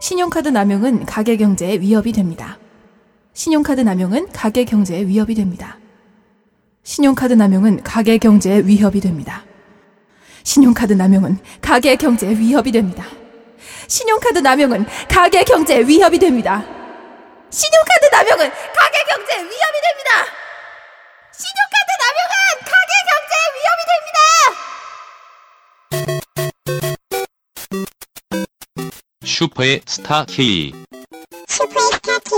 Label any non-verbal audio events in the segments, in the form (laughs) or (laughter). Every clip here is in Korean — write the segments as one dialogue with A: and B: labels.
A: 신용카드 남용은 가계 경제에 위협이 됩니다. 신용카드 남용은 가계 경제에 위협이 됩니다. 신용카드 남용은 가계 경제에 위협이 됩니다. 신용카드 남용은 가계 경제에 위협이 됩니다. 신용카드 남용은 가계 경제에 위협이 됩니다. 신용카드 남용은 가계 경제에 위협이 됩니다. 신용카드 남용은 가계 경제에 위협이 됩니다.
B: 슈퍼의 스타 K.
C: 슈퍼의 스타 K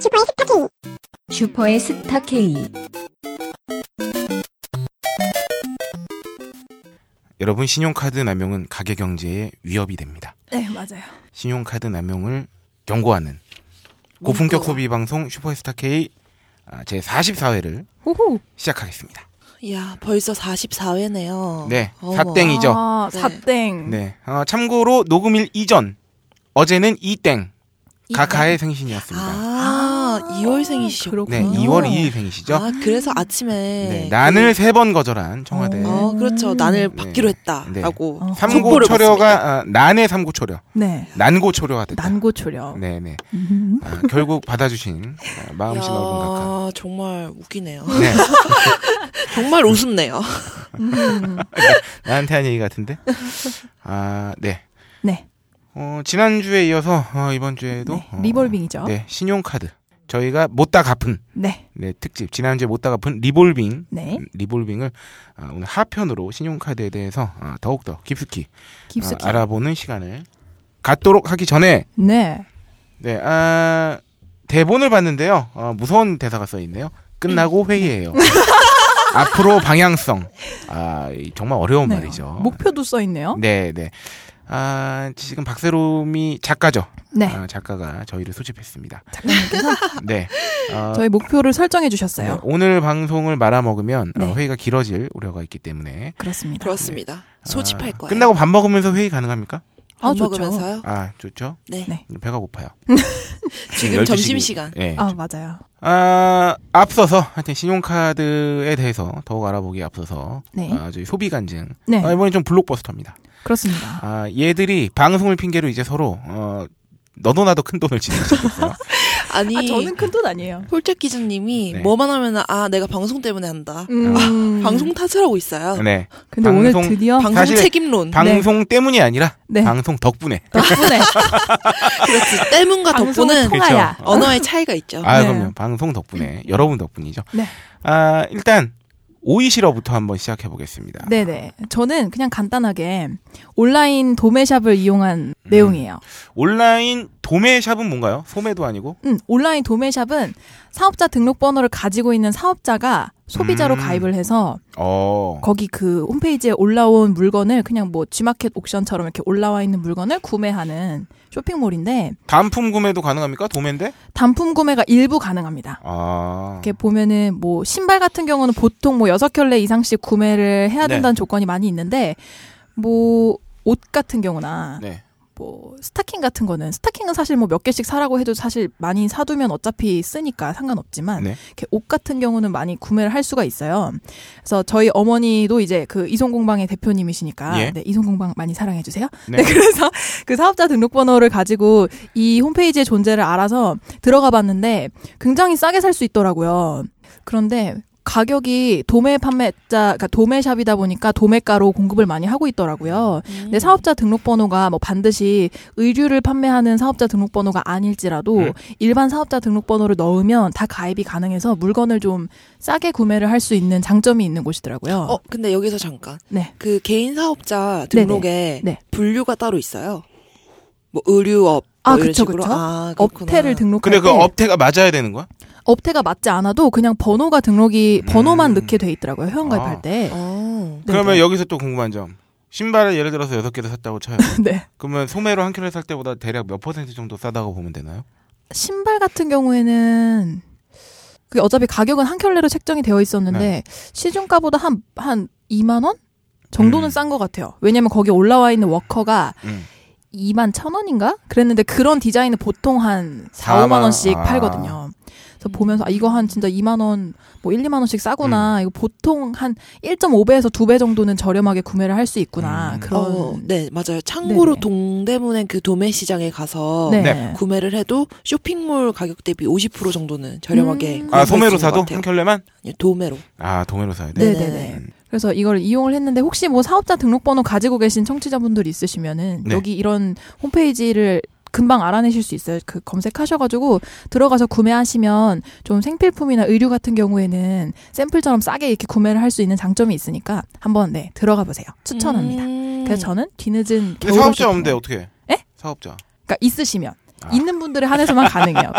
C: 슈퍼의 스타 K
D: 슈퍼의 스타 K.
E: 여러분 신용카드 남용은 가계 경제에 위협이 됩니다.
A: 네, 맞아요.
E: 신용카드 남용을 경고하는 고품격
A: 무서워.
E: 소비 방송 슈퍼스타 K 아, 제 44회를 시작하겠습니다.
F: 이야, 벌써 44회네요.
E: 네,
F: 어머.
E: 사땡이죠.
A: 아,
F: 네.
A: 사땡.
E: 네. 어, 참고로 녹음일 이전 어제는 이땡 가카의 생신이었습니다.
F: 아, 2월생이시죠.
A: 그렇군요.
E: 네, 2월 2일 생이시죠.
F: 아,
A: 음.
F: 그래서 아침에
E: 네, 난을 세 번 거절한 청와대
F: 어,
A: 음.
F: 그렇죠. 난을 받기로
E: 네.
F: 했다라고
A: 어.
E: 삼고
F: 속보를 봤습니다.
E: 초려가 아, 난의 삼고 초려
A: 네.
E: 난고 초려가 됐다.
A: 난고 초려.
E: 네네.
A: 음.
E: 아, 결국 받아주신 아, 마음씨 넓은 가카.
F: 야, 정말 웃기네요.
E: 네.
F: (laughs) 정말 웃음네요.
A: 음.
E: 나한테 한 얘기 같은데. 아, 네.
A: 네.
E: 어, 지난주에 이어서 어, 이번 주에도
A: 네,
E: 어,
A: 리볼빙이죠.
E: 네, 신용카드. 저희가 못다 갚은
A: 네.
E: 네, 특집. 지난주에 못다 갚은 리볼빙.
A: 네.
E: 음, 리볼빙을 아, 오늘 하편으로 신용카드에 대해서 아, 더욱더 깊숙이,
A: 깊숙이.
E: 아, 알아보는 시간을 갖도록 하기 전에
A: 네.
E: 네, 아, 대본을 봤는데요. 아, 무서운 대사가 써 있네요. 끝나고
A: (laughs)
E: 회의해요. 앞으로 방향성. 아, 이 정말 어려운
A: 네.
E: 말이죠.
A: 목표도 어? 써 있네요.
E: 네, 네. 아, 지금 박세롬이 작가죠.
A: 네.
E: 아, 작가가 저희를 소집했습니다.
A: 작가님께서
E: 네. (laughs) 아,
A: 저희 목표를 설정해
E: 네,
A: 주셨어요.
E: 오늘 방송을 말아먹으면
A: 네.
E: 어, 회의가 길어질 우려가 있기 때문에
A: 그렇습니다.
F: 그렇습니다. 소집할
E: 아,
F: 거예요.
E: 끝나고 밥 먹으면서 회의 가능합니까?
F: 밥
A: 아, 좋죠.
F: 먹으면서요.
E: 아, 좋죠.
F: 네.
A: 네.
E: 배가 고파요.
F: 지금
E: 12시.
F: 점심시간.
E: 네.
A: 아, 맞아요.
E: 아, 앞서서 하여튼 신용카드에 대해서 더욱 알아보기 에 앞서서
A: 네.
E: 아, 저희 소비 간증.
A: 네.
E: 아, 이번엔 좀 블록버스터입니다.
A: 그렇습니다.
E: 아, 얘들이 방송을 핑계로 이제 서로 어, 너도 나도 큰 돈을 지내고
A: (laughs)
E: 있어요.
F: 아니,
A: 아, 저는 큰 돈 아니에요.
F: 폴짝 기자님이
E: 네.
F: 뭐만 하면 아, 내가 방송 때문에 한다.
A: 음.
F: 방송 탓을하고 있어요.
E: 네.
A: 근데
E: 아. 방송-
A: 오늘 드디어
F: 방송
E: 사실
F: 책임론.
E: 방송 때문이 아니라
A: 네.
E: 방송 덕분에. (laughs)
A: 덕분에
F: 그렇지. 때문과
A: 방송을
F: 덕분은
E: 통-
A: 통하야.
E: 그렇죠.
F: 언어의 차이가 있죠.
E: 아,
A: 네. 음.
E: 그럼요. 방송 덕분에 여러분 덕분이죠.
A: 네.
E: 아, 일단 오이시러부터 한번 시작해 보겠습니다.
A: 네, 네. 저는 그냥 간단하게 온라인 도매샵을 이용한
E: 음.
A: 내용이에요.
E: 온라인 도매샵은 뭔가요? 소매도 아니고?
A: 음, 온라인 도매샵은 사업자 등록번호를 가지고 있는 사업자가 소비자로
E: 음.
A: 가입을 해서
E: 어.
A: 거기 그 홈페이지에 올라온 물건을 그냥 뭐 G마켓 옥션처럼 이렇게 올라와 있는 물건을 구매하는 쇼핑몰인데
E: 단품 구매도 가능합니까? 도매인데?
A: 단품 구매가 일부 가능합니다.
E: 아.
A: 이렇게 보면은 뭐 신발 같은 경우는 보통 뭐 여섯 켤레 이상씩 구매를 해야
E: 네.
A: 된다는 조건이 많이 있는데 뭐 옷 같은 경우나
E: 네.
A: 뭐 스타킹 같은 거는 스타킹은 사실 뭐 몇 개씩 사라고 해도 사실 많이 사두면 어차피 쓰니까 상관없지만
E: 네.
A: 이렇게 옷 같은 경우는 많이 구매를 할 수가 있어요. 그래서 저희 어머니도 이제 그 이송공방의 대표님이시니까
E: 예.
A: 네, 이송공방 많이 사랑해 주세요.
E: 네.
A: 네. 그래서 그 사업자 등록번호를 가지고 이 홈페이지의 존재를 알아서 들어가 봤는데 굉장히 싸게 살 수 있더라고요. 그런데 가격이 도매 판매자, 그러니까 도매샵이다 보니까 도매가로 공급을 많이 하고 있더라고요.
F: 음.
A: 내 사업자 등록번호가 뭐 반드시 의류를 판매하는 사업자 등록번호가 아닐지라도
E: 음.
A: 일반 사업자 등록번호를 넣으면 다 가입이 가능해서 물건을 좀 싸게 구매를 할 수 있는 장점이 있는 곳이더라고요.
F: 어, 근데 여기서 잠깐.
A: 네.
F: 그 개인 사업자 등록에
A: 네.
F: 분류가 따로 있어요. 뭐 의류업
A: 아,
F: 뭐 이런
A: 그쵸,
F: 식으로?
A: 그쵸.
F: 아, 그렇구나.
A: 업태를 등록할
E: 근데
A: 때
E: 그 업태가 맞아야 되는 거야?
A: 업태가 맞지 않아도 그냥 번호가 등록이 번호만
E: 음.
A: 넣게 돼 있더라고요. 회원가입할
E: 아.
A: 때.
F: 어.
A: 네,
E: 그러면
A: 네.
E: 여기서 또 궁금한 점. 신발을 예를 들어서 여섯 개를 샀다고 쳐요.
A: (laughs) 네.
E: 그러면 소매로 한 켤레 살 때보다 대략 몇 퍼센트 정도 싸다고 보면 되나요?
A: 신발 같은 경우에는 그게 어차피 가격은 한 켤레로 책정이 되어 있었는데
E: 네.
A: 시중가보다 한, 한 2만 원 정도는
E: 음.
A: 싼 것 같아요. 왜냐면 거기 올라와 있는 워커가
E: 음.
A: 2만 천 원인가? 그랬는데 그런 디자인은 보통 한 4, 5만 원씩
E: 아.
A: 팔거든요. 그래서 보면서 아, 이거 한 진짜 2만 원, 뭐 1, 2만 원씩 싸구나.
E: 음.
A: 이거 보통 한 1.5배에서 2배 정도는 저렴하게 구매를 할 수 있구나.
E: 음.
A: 그런
F: 어, 네, 맞아요. 참고로
A: 네네.
F: 동대문의 그 도매 시장에 가서
A: 네.
E: 네.
F: 구매를 해도 쇼핑몰 가격 대비 50% 정도는 저렴하게
A: 음.
E: 아
F: 구매할 수
E: 소매로
F: 있는
E: 사도
F: 것 같아요.
E: 한 켤레만?
F: 아니요, 도매로.
E: 아 도매로 사야 돼.
A: 네,
F: 네.
A: 네, 네.
E: 음.
A: 그래서 이걸 이용을 했는데 혹시 뭐 사업자 등록번호 가지고 계신 청취자분들 있으시면은
E: 네.
A: 여기 이런 홈페이지를 금방 알아내실 수 있어요. 그 검색하셔가지고 들어가서 구매하시면 좀 생필품이나 의류 같은 경우에는 샘플처럼 싸게 이렇게 구매를 할 수 있는 장점이 있으니까 한번 네 들어가 보세요. 추천합니다.
F: 음.
A: 그래서 저는 뒤늦은
E: 근데
A: 겨울
E: 사업자
A: 쇼핑.
E: 없는데 어떻게?
A: 에?
E: 사업자.
A: 그러니까 있으시면
E: 아.
A: 있는 분들에 한해서만 가능해요.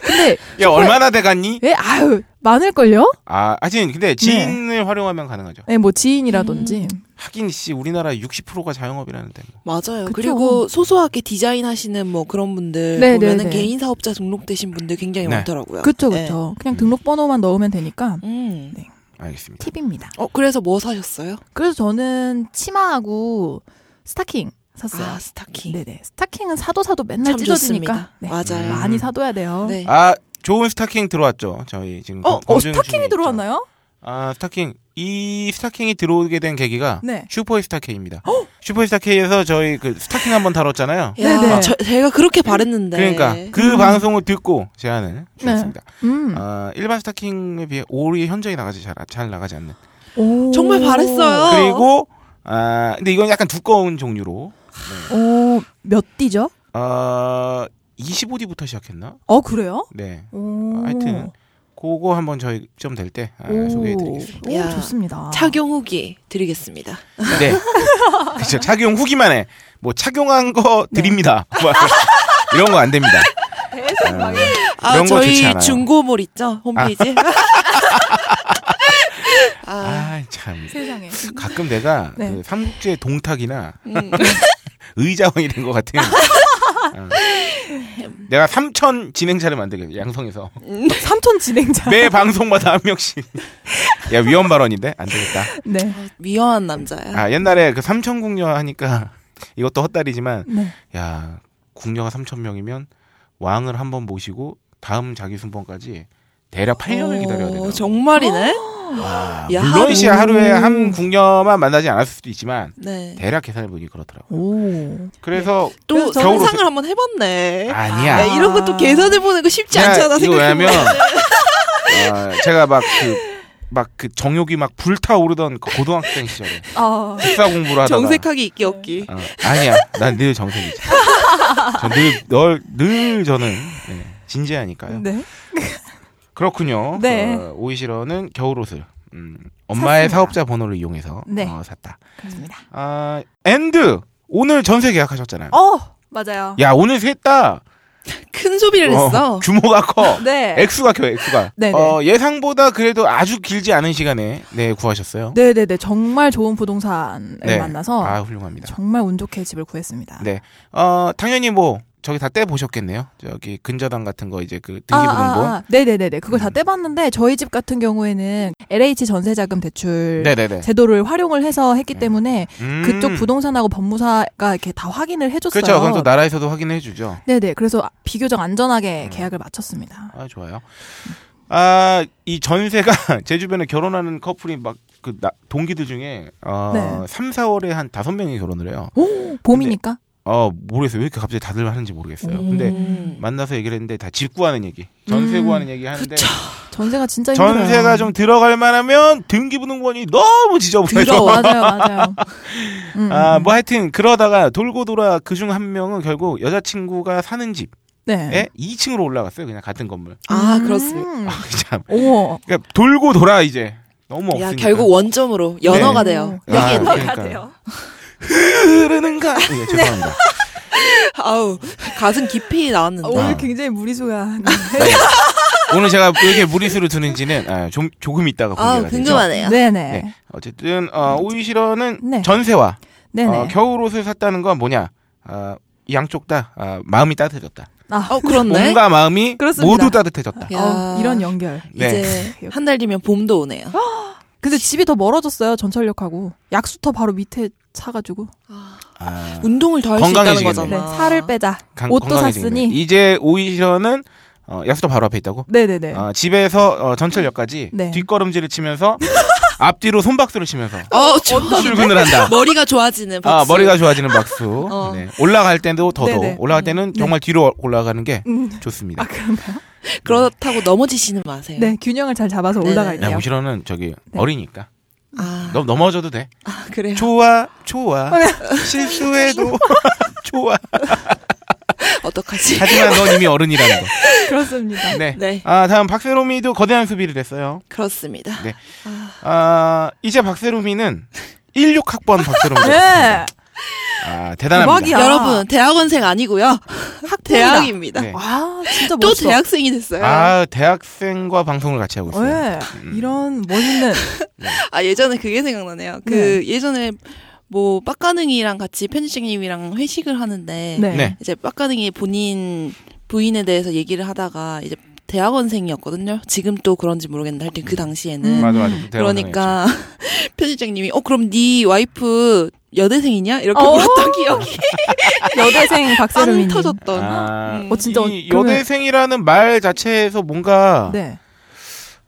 A: 근데
E: 야 얼마나 돼갔니?
A: 왜 아유 많을걸요?
E: 아 하긴 근데 지인을 활용하면 가능하죠.
A: 네, 뭐 지인이라든지
E: 음. 하긴 씨 우리나라 60%가 자영업이라는데. 뭐.
F: 맞아요.
A: 그쵸.
F: 그리고 소소하게 디자인하시는 뭐 그런 분들
A: 네,
F: 보면은
A: 네, 네.
F: 개인 사업자 등록되신 분들 굉장히
E: 네.
F: 많더라고요.
A: 그쵸
F: 네.
A: 그쵸. 그냥 등록번호만 넣으면 되니까
F: 음.
E: 알겠습니다.
A: 팁입니다.
F: 어 그래서 뭐 사셨어요?
A: 그래서 저는 치마하고 스타킹 샀어요.
F: 아 스타킹.
A: 네네. 스타킹은 사도 사도 맨날
F: 참
A: 찢어지니까
F: 좋습니다.
A: 네.
F: 맞아요.
E: 음.
A: 많이 사둬야 돼요.
F: 네.
E: 아 좋은 스타킹 들어왔죠. 저희 지금
A: 어,
E: 검-
A: 어
E: 검증 중에
A: 스타킹이
E: 있죠.
A: 들어왔나요?
E: 아 스타킹 이 스타킹이 들어오게 된 계기가
A: 네.
E: 슈퍼스타 K입니다. 슈퍼스타 K에서 저희 그 스타킹 한번 다뤘잖아요.
F: 야,
A: 네네.
F: 저, 제가 그렇게 바랬는데.
E: 그러니까 그
A: 음. 네.
E: 방송을 듣고 제안을 주셨습니다.
A: 음.
E: 아, 일반 스타킹에 비해 올이 현저히 나가지 잘, 잘 나가지 않는.
A: 오.
F: 정말 바랬어요.
E: 그리고 아 근데 이건 약간 두꺼운 종류로
A: 오, 몇 디죠?
E: 어 25D부터 시작했나?
A: 어 그래요?
E: 네.
A: 오.
E: 하여튼 그거 한번 저희 좀 될 때 아,
A: 오.
E: 소개해드리겠습니다.
A: 오,
F: 야.
A: 좋습니다.
F: 아. 착용 후기 드리겠습니다.
E: 네. (laughs) 그렇죠. 착용 후기만 해. 뭐 착용한 거
A: 네.
E: 드립니다. 뭐 이런 거 안
A: (laughs)
E: 됩니다.
A: 대박.
E: 아,
F: 아
E: 이런 거 좋지
F: 저희
E: 않아요.
F: 중고몰 있죠 홈페이지.
E: (laughs)
F: 아,
E: 아, 참.
A: 세상에.
E: 가끔
F: (laughs)
E: 내가
A: 네.
E: 그 삼국지의 동탁이나
F: 음.
E: (laughs) 의자왕이 된 것
F: (laughs)
E: 같은. 어. 내가 삼천 진행자를 만들게 양성에서
A: (laughs) 삼촌 진행자.
F: (laughs)
E: 매 방송마다 한 명씩. 야 위험 발언인데 안 되겠다.
A: 네.
F: 미워한 남자야.
E: 아 옛날에 그 삼천 궁녀 하니까 이것도 헛다리지만
A: 네.
E: 야 궁녀가 삼천 명이면 왕을 한 번 모시고 다음 자기 순번까지 대략 8년을 기다려야
F: 오,
E: 된다.
F: 정말이네.
A: 아.
E: 와,
F: 야,
E: 물론 씨
F: 하루.
E: 하루에 한 궁녀만 만나지 않았을 수도 있지만
F: 네.
E: 대략 계산해 보니 그렇더라고.
A: 오.
E: 그래서
F: 또
E: 그래서 저는-
F: 상상을 한번 해봤네.
E: 아니야.
F: 야, 이런 것도 계산해 보는 거 쉽지
E: 그냥
F: 않잖아
E: 이거 왜냐면
F: 생각해보면.
E: 아, 제가 막 그 막 그 정욕이 막 불타오르던 그 고등학생 시절에
A: 아.
E: 식사 공부를 하다가
F: (laughs) 정색하기 있기 없기.
E: 어, 아니야. 난 늘 정색이지. 전늘늘 늘 저는 네, 진지하니까요.
A: 네.
E: 그렇군요.
A: 네.
E: 어, 오이시러는 겨울옷을 음, 엄마의
A: 샀습니다.
E: 사업자 번호를 이용해서
A: 네.
E: 어, 샀다.
A: 그렇습니다.
E: 아, 앤드 오늘 전세 계약하셨잖아요.
A: 어 맞아요.
E: 야 오늘 셋다
F: 큰 소비를
E: 어,
F: 했어.
E: 규모가 커.
A: 네.
E: 액수가 커요, 액수가.
A: (laughs) 네네.
E: 어, 예상보다 그래도 아주 길지 않은 시간에 네 구하셨어요.
A: 네네네 어. 정말 좋은 부동산을
E: 네.
A: 만나서
E: 아 훌륭합니다.
A: 정말 운 좋게 집을 구했습니다.
E: 네. 어 당연히 뭐 저기 다 떼 보셨겠네요. 저기 근저당 같은 거 이제 그
A: 아,
E: 등기부등본.
A: 네네네네 그걸 다
E: 음.
A: 떼봤는데 저희 집 같은 경우에는 LH 전세자금 대출
E: 네네네.
A: 제도를 활용을 해서 했기
E: 네.
A: 때문에
E: 음.
A: 그쪽 부동산하고 법무사가 이렇게 다 확인을 해줬어요.
E: 그렇죠. 그건 또 나라에서도 확인해 주죠.
A: 네네 그래서 아, 비교적 안전하게
E: 음.
A: 계약을 마쳤습니다.
E: 아 좋아요. 아 이 전세가 (laughs) 제 주변에 결혼하는 커플이 막 그 동기들 중에 어
A: 네.
E: 삼 3, 4월에 한 다섯 명이 결혼을 해요.
A: 오 봄이니까
E: 어 모르겠어요. 왜 이렇게 갑자기 다들 하는지 모르겠어요. 근데
F: 음.
E: 만나서 얘기를 했는데 다 집 구하는 얘기, 전세
A: 음.
E: 구하는 얘기 하는데
A: 전세가 진짜 힘들어요.
E: 전세가
A: (laughs)
E: 좀 들어갈 만하면 등기부등본이 너무
A: 더러워.
E: 지저분해서
A: 맞아요 맞아요. 음,
E: (laughs) 아
A: 음.
E: 뭐 하여튼 그러다가 돌고 돌아 그중 한 명은 결국 여자친구가 사는 집에
A: 네.
E: 예? 2층으로 올라갔어요. 그냥 같은 건물. (laughs)
F: 아 그렇습니다.
A: 음.
E: 참.
A: 오.
E: 그러니까 돌고 돌아 이제 너무 음. 없으니까.
F: 야 결국 원점으로 연어가 돼요.
E: 네. 아,
F: 여기는
E: 그러니까. 흐르는가? 예, 죄송합니다.
F: 아우 가슴 깊이 나왔는데.
E: 오.
A: 오늘 굉장히 (laughs) 무리수가 네.
E: 오늘 제가 왜 이렇게 무리수를 두는지는 아, 좀 조금 있다가
F: 아
E: 공개가 되죠.
F: 궁금하네요.
A: 네네
E: 네. 어쨌든 어, 오이시러는
A: 네.
E: 전세와
A: 네네
E: 어, 겨울 옷을 샀다는 건 뭐냐? 어, 양쪽 다 어, 마음이 따뜻해졌다.
A: 아
F: 어 그렇네.
E: 몸과 마음이
A: 그렇습니다.
E: 모두 따뜻해졌다.
A: 어,
F: 야.
A: 이런 연결
E: 네.
F: 이제 한 달 뒤면 봄도 오네요.
A: 근데 집이 더 멀어졌어요 전철역하고 약수터 바로 밑에 차가지고
E: 아,
F: 운동을 더 할 수 있다는
E: 건강해지겠네.
A: 네,
F: 거잖아.
A: 살을 빼자
E: 강-
A: 옷도
E: 건강해지겠네.
A: 샀으니
E: 이제 오이시러는 어, 야수도 바로 앞에 있다고?
G: 네네네.
E: 어, 집에서 어, 전철역까지
G: 네.
E: 뒷걸음질을 치면서 앞뒤로 손박수를 치면서
F: 어, 저
E: 출근을 한다.
F: 머리가 좋아지는 박수.
E: 아, 머리가 좋아지는 박수.
F: 어.
E: 네. 올라갈 때도 더더
G: 네네.
E: 올라갈 때는
G: 네.
E: 정말 뒤로 올라가는 게
G: 음.
E: 좋습니다.
G: 아 그런가요?
F: 그렇다고 넘어지시는 마세요.
G: 네 균형을 잘 잡아서
F: 네네.
E: 야,
G: 올라갈게요.
E: 무시로는 저기
G: 네.
E: 어리니까
F: 아,
E: 넘, 넘어져도 돼.
F: 아, 그래요.
E: 좋아, 좋아. 실수해도 좋아.
F: 어떡하지?
E: 하지만 넌 이미 어른이라는 거.
G: 그렇습니다.
E: 네.
F: 네.
E: 아, 다음 박세롬이도 거대한 수비를 했어요.
F: 그렇습니다.
E: 네. 아, 이제 박세롬이는 16학번 박세롬이
G: 네.
E: 됐습니다. 아, 대단합니다.
G: 대박이야.
F: 여러분, 대학원생 아니고요. 대학입니다.
E: 네.
G: 아 진짜
F: 또
G: 멋있어.
F: 대학생이 됐어요. 아,
E: 아, 대학생과 방송을 같이 하고
G: 네.
E: 있어요.
G: 이런 멋있는
F: 아, 예전에 그게 생각나네요. 그 예전에 뭐 빡가능이랑 같이 편집장님이랑 회식을 하는데
G: 네.
E: 네.
F: 이제 빡가능이 본인 부인에 대해서 얘기를 하다가 이제 대학원생이었거든요. 지금 또 그런지 모르겠는데 하여튼 그 당시에는
G: 음.
E: 맞아, 맞아. 대학원생이었죠.
F: 그러니까 (laughs) 편집장님이 어 그럼 네 와이프 여대생이냐 이렇게
G: 어. (laughs)
F: 물었던 기억이
G: 여대생
F: 빵
G: 박세롬이.
F: 터졌던.
E: 아,
F: 음.
G: 어, 진짜
E: 이
G: 그러면-
E: 여대생이라는 말 자체에서 뭔가
G: 네.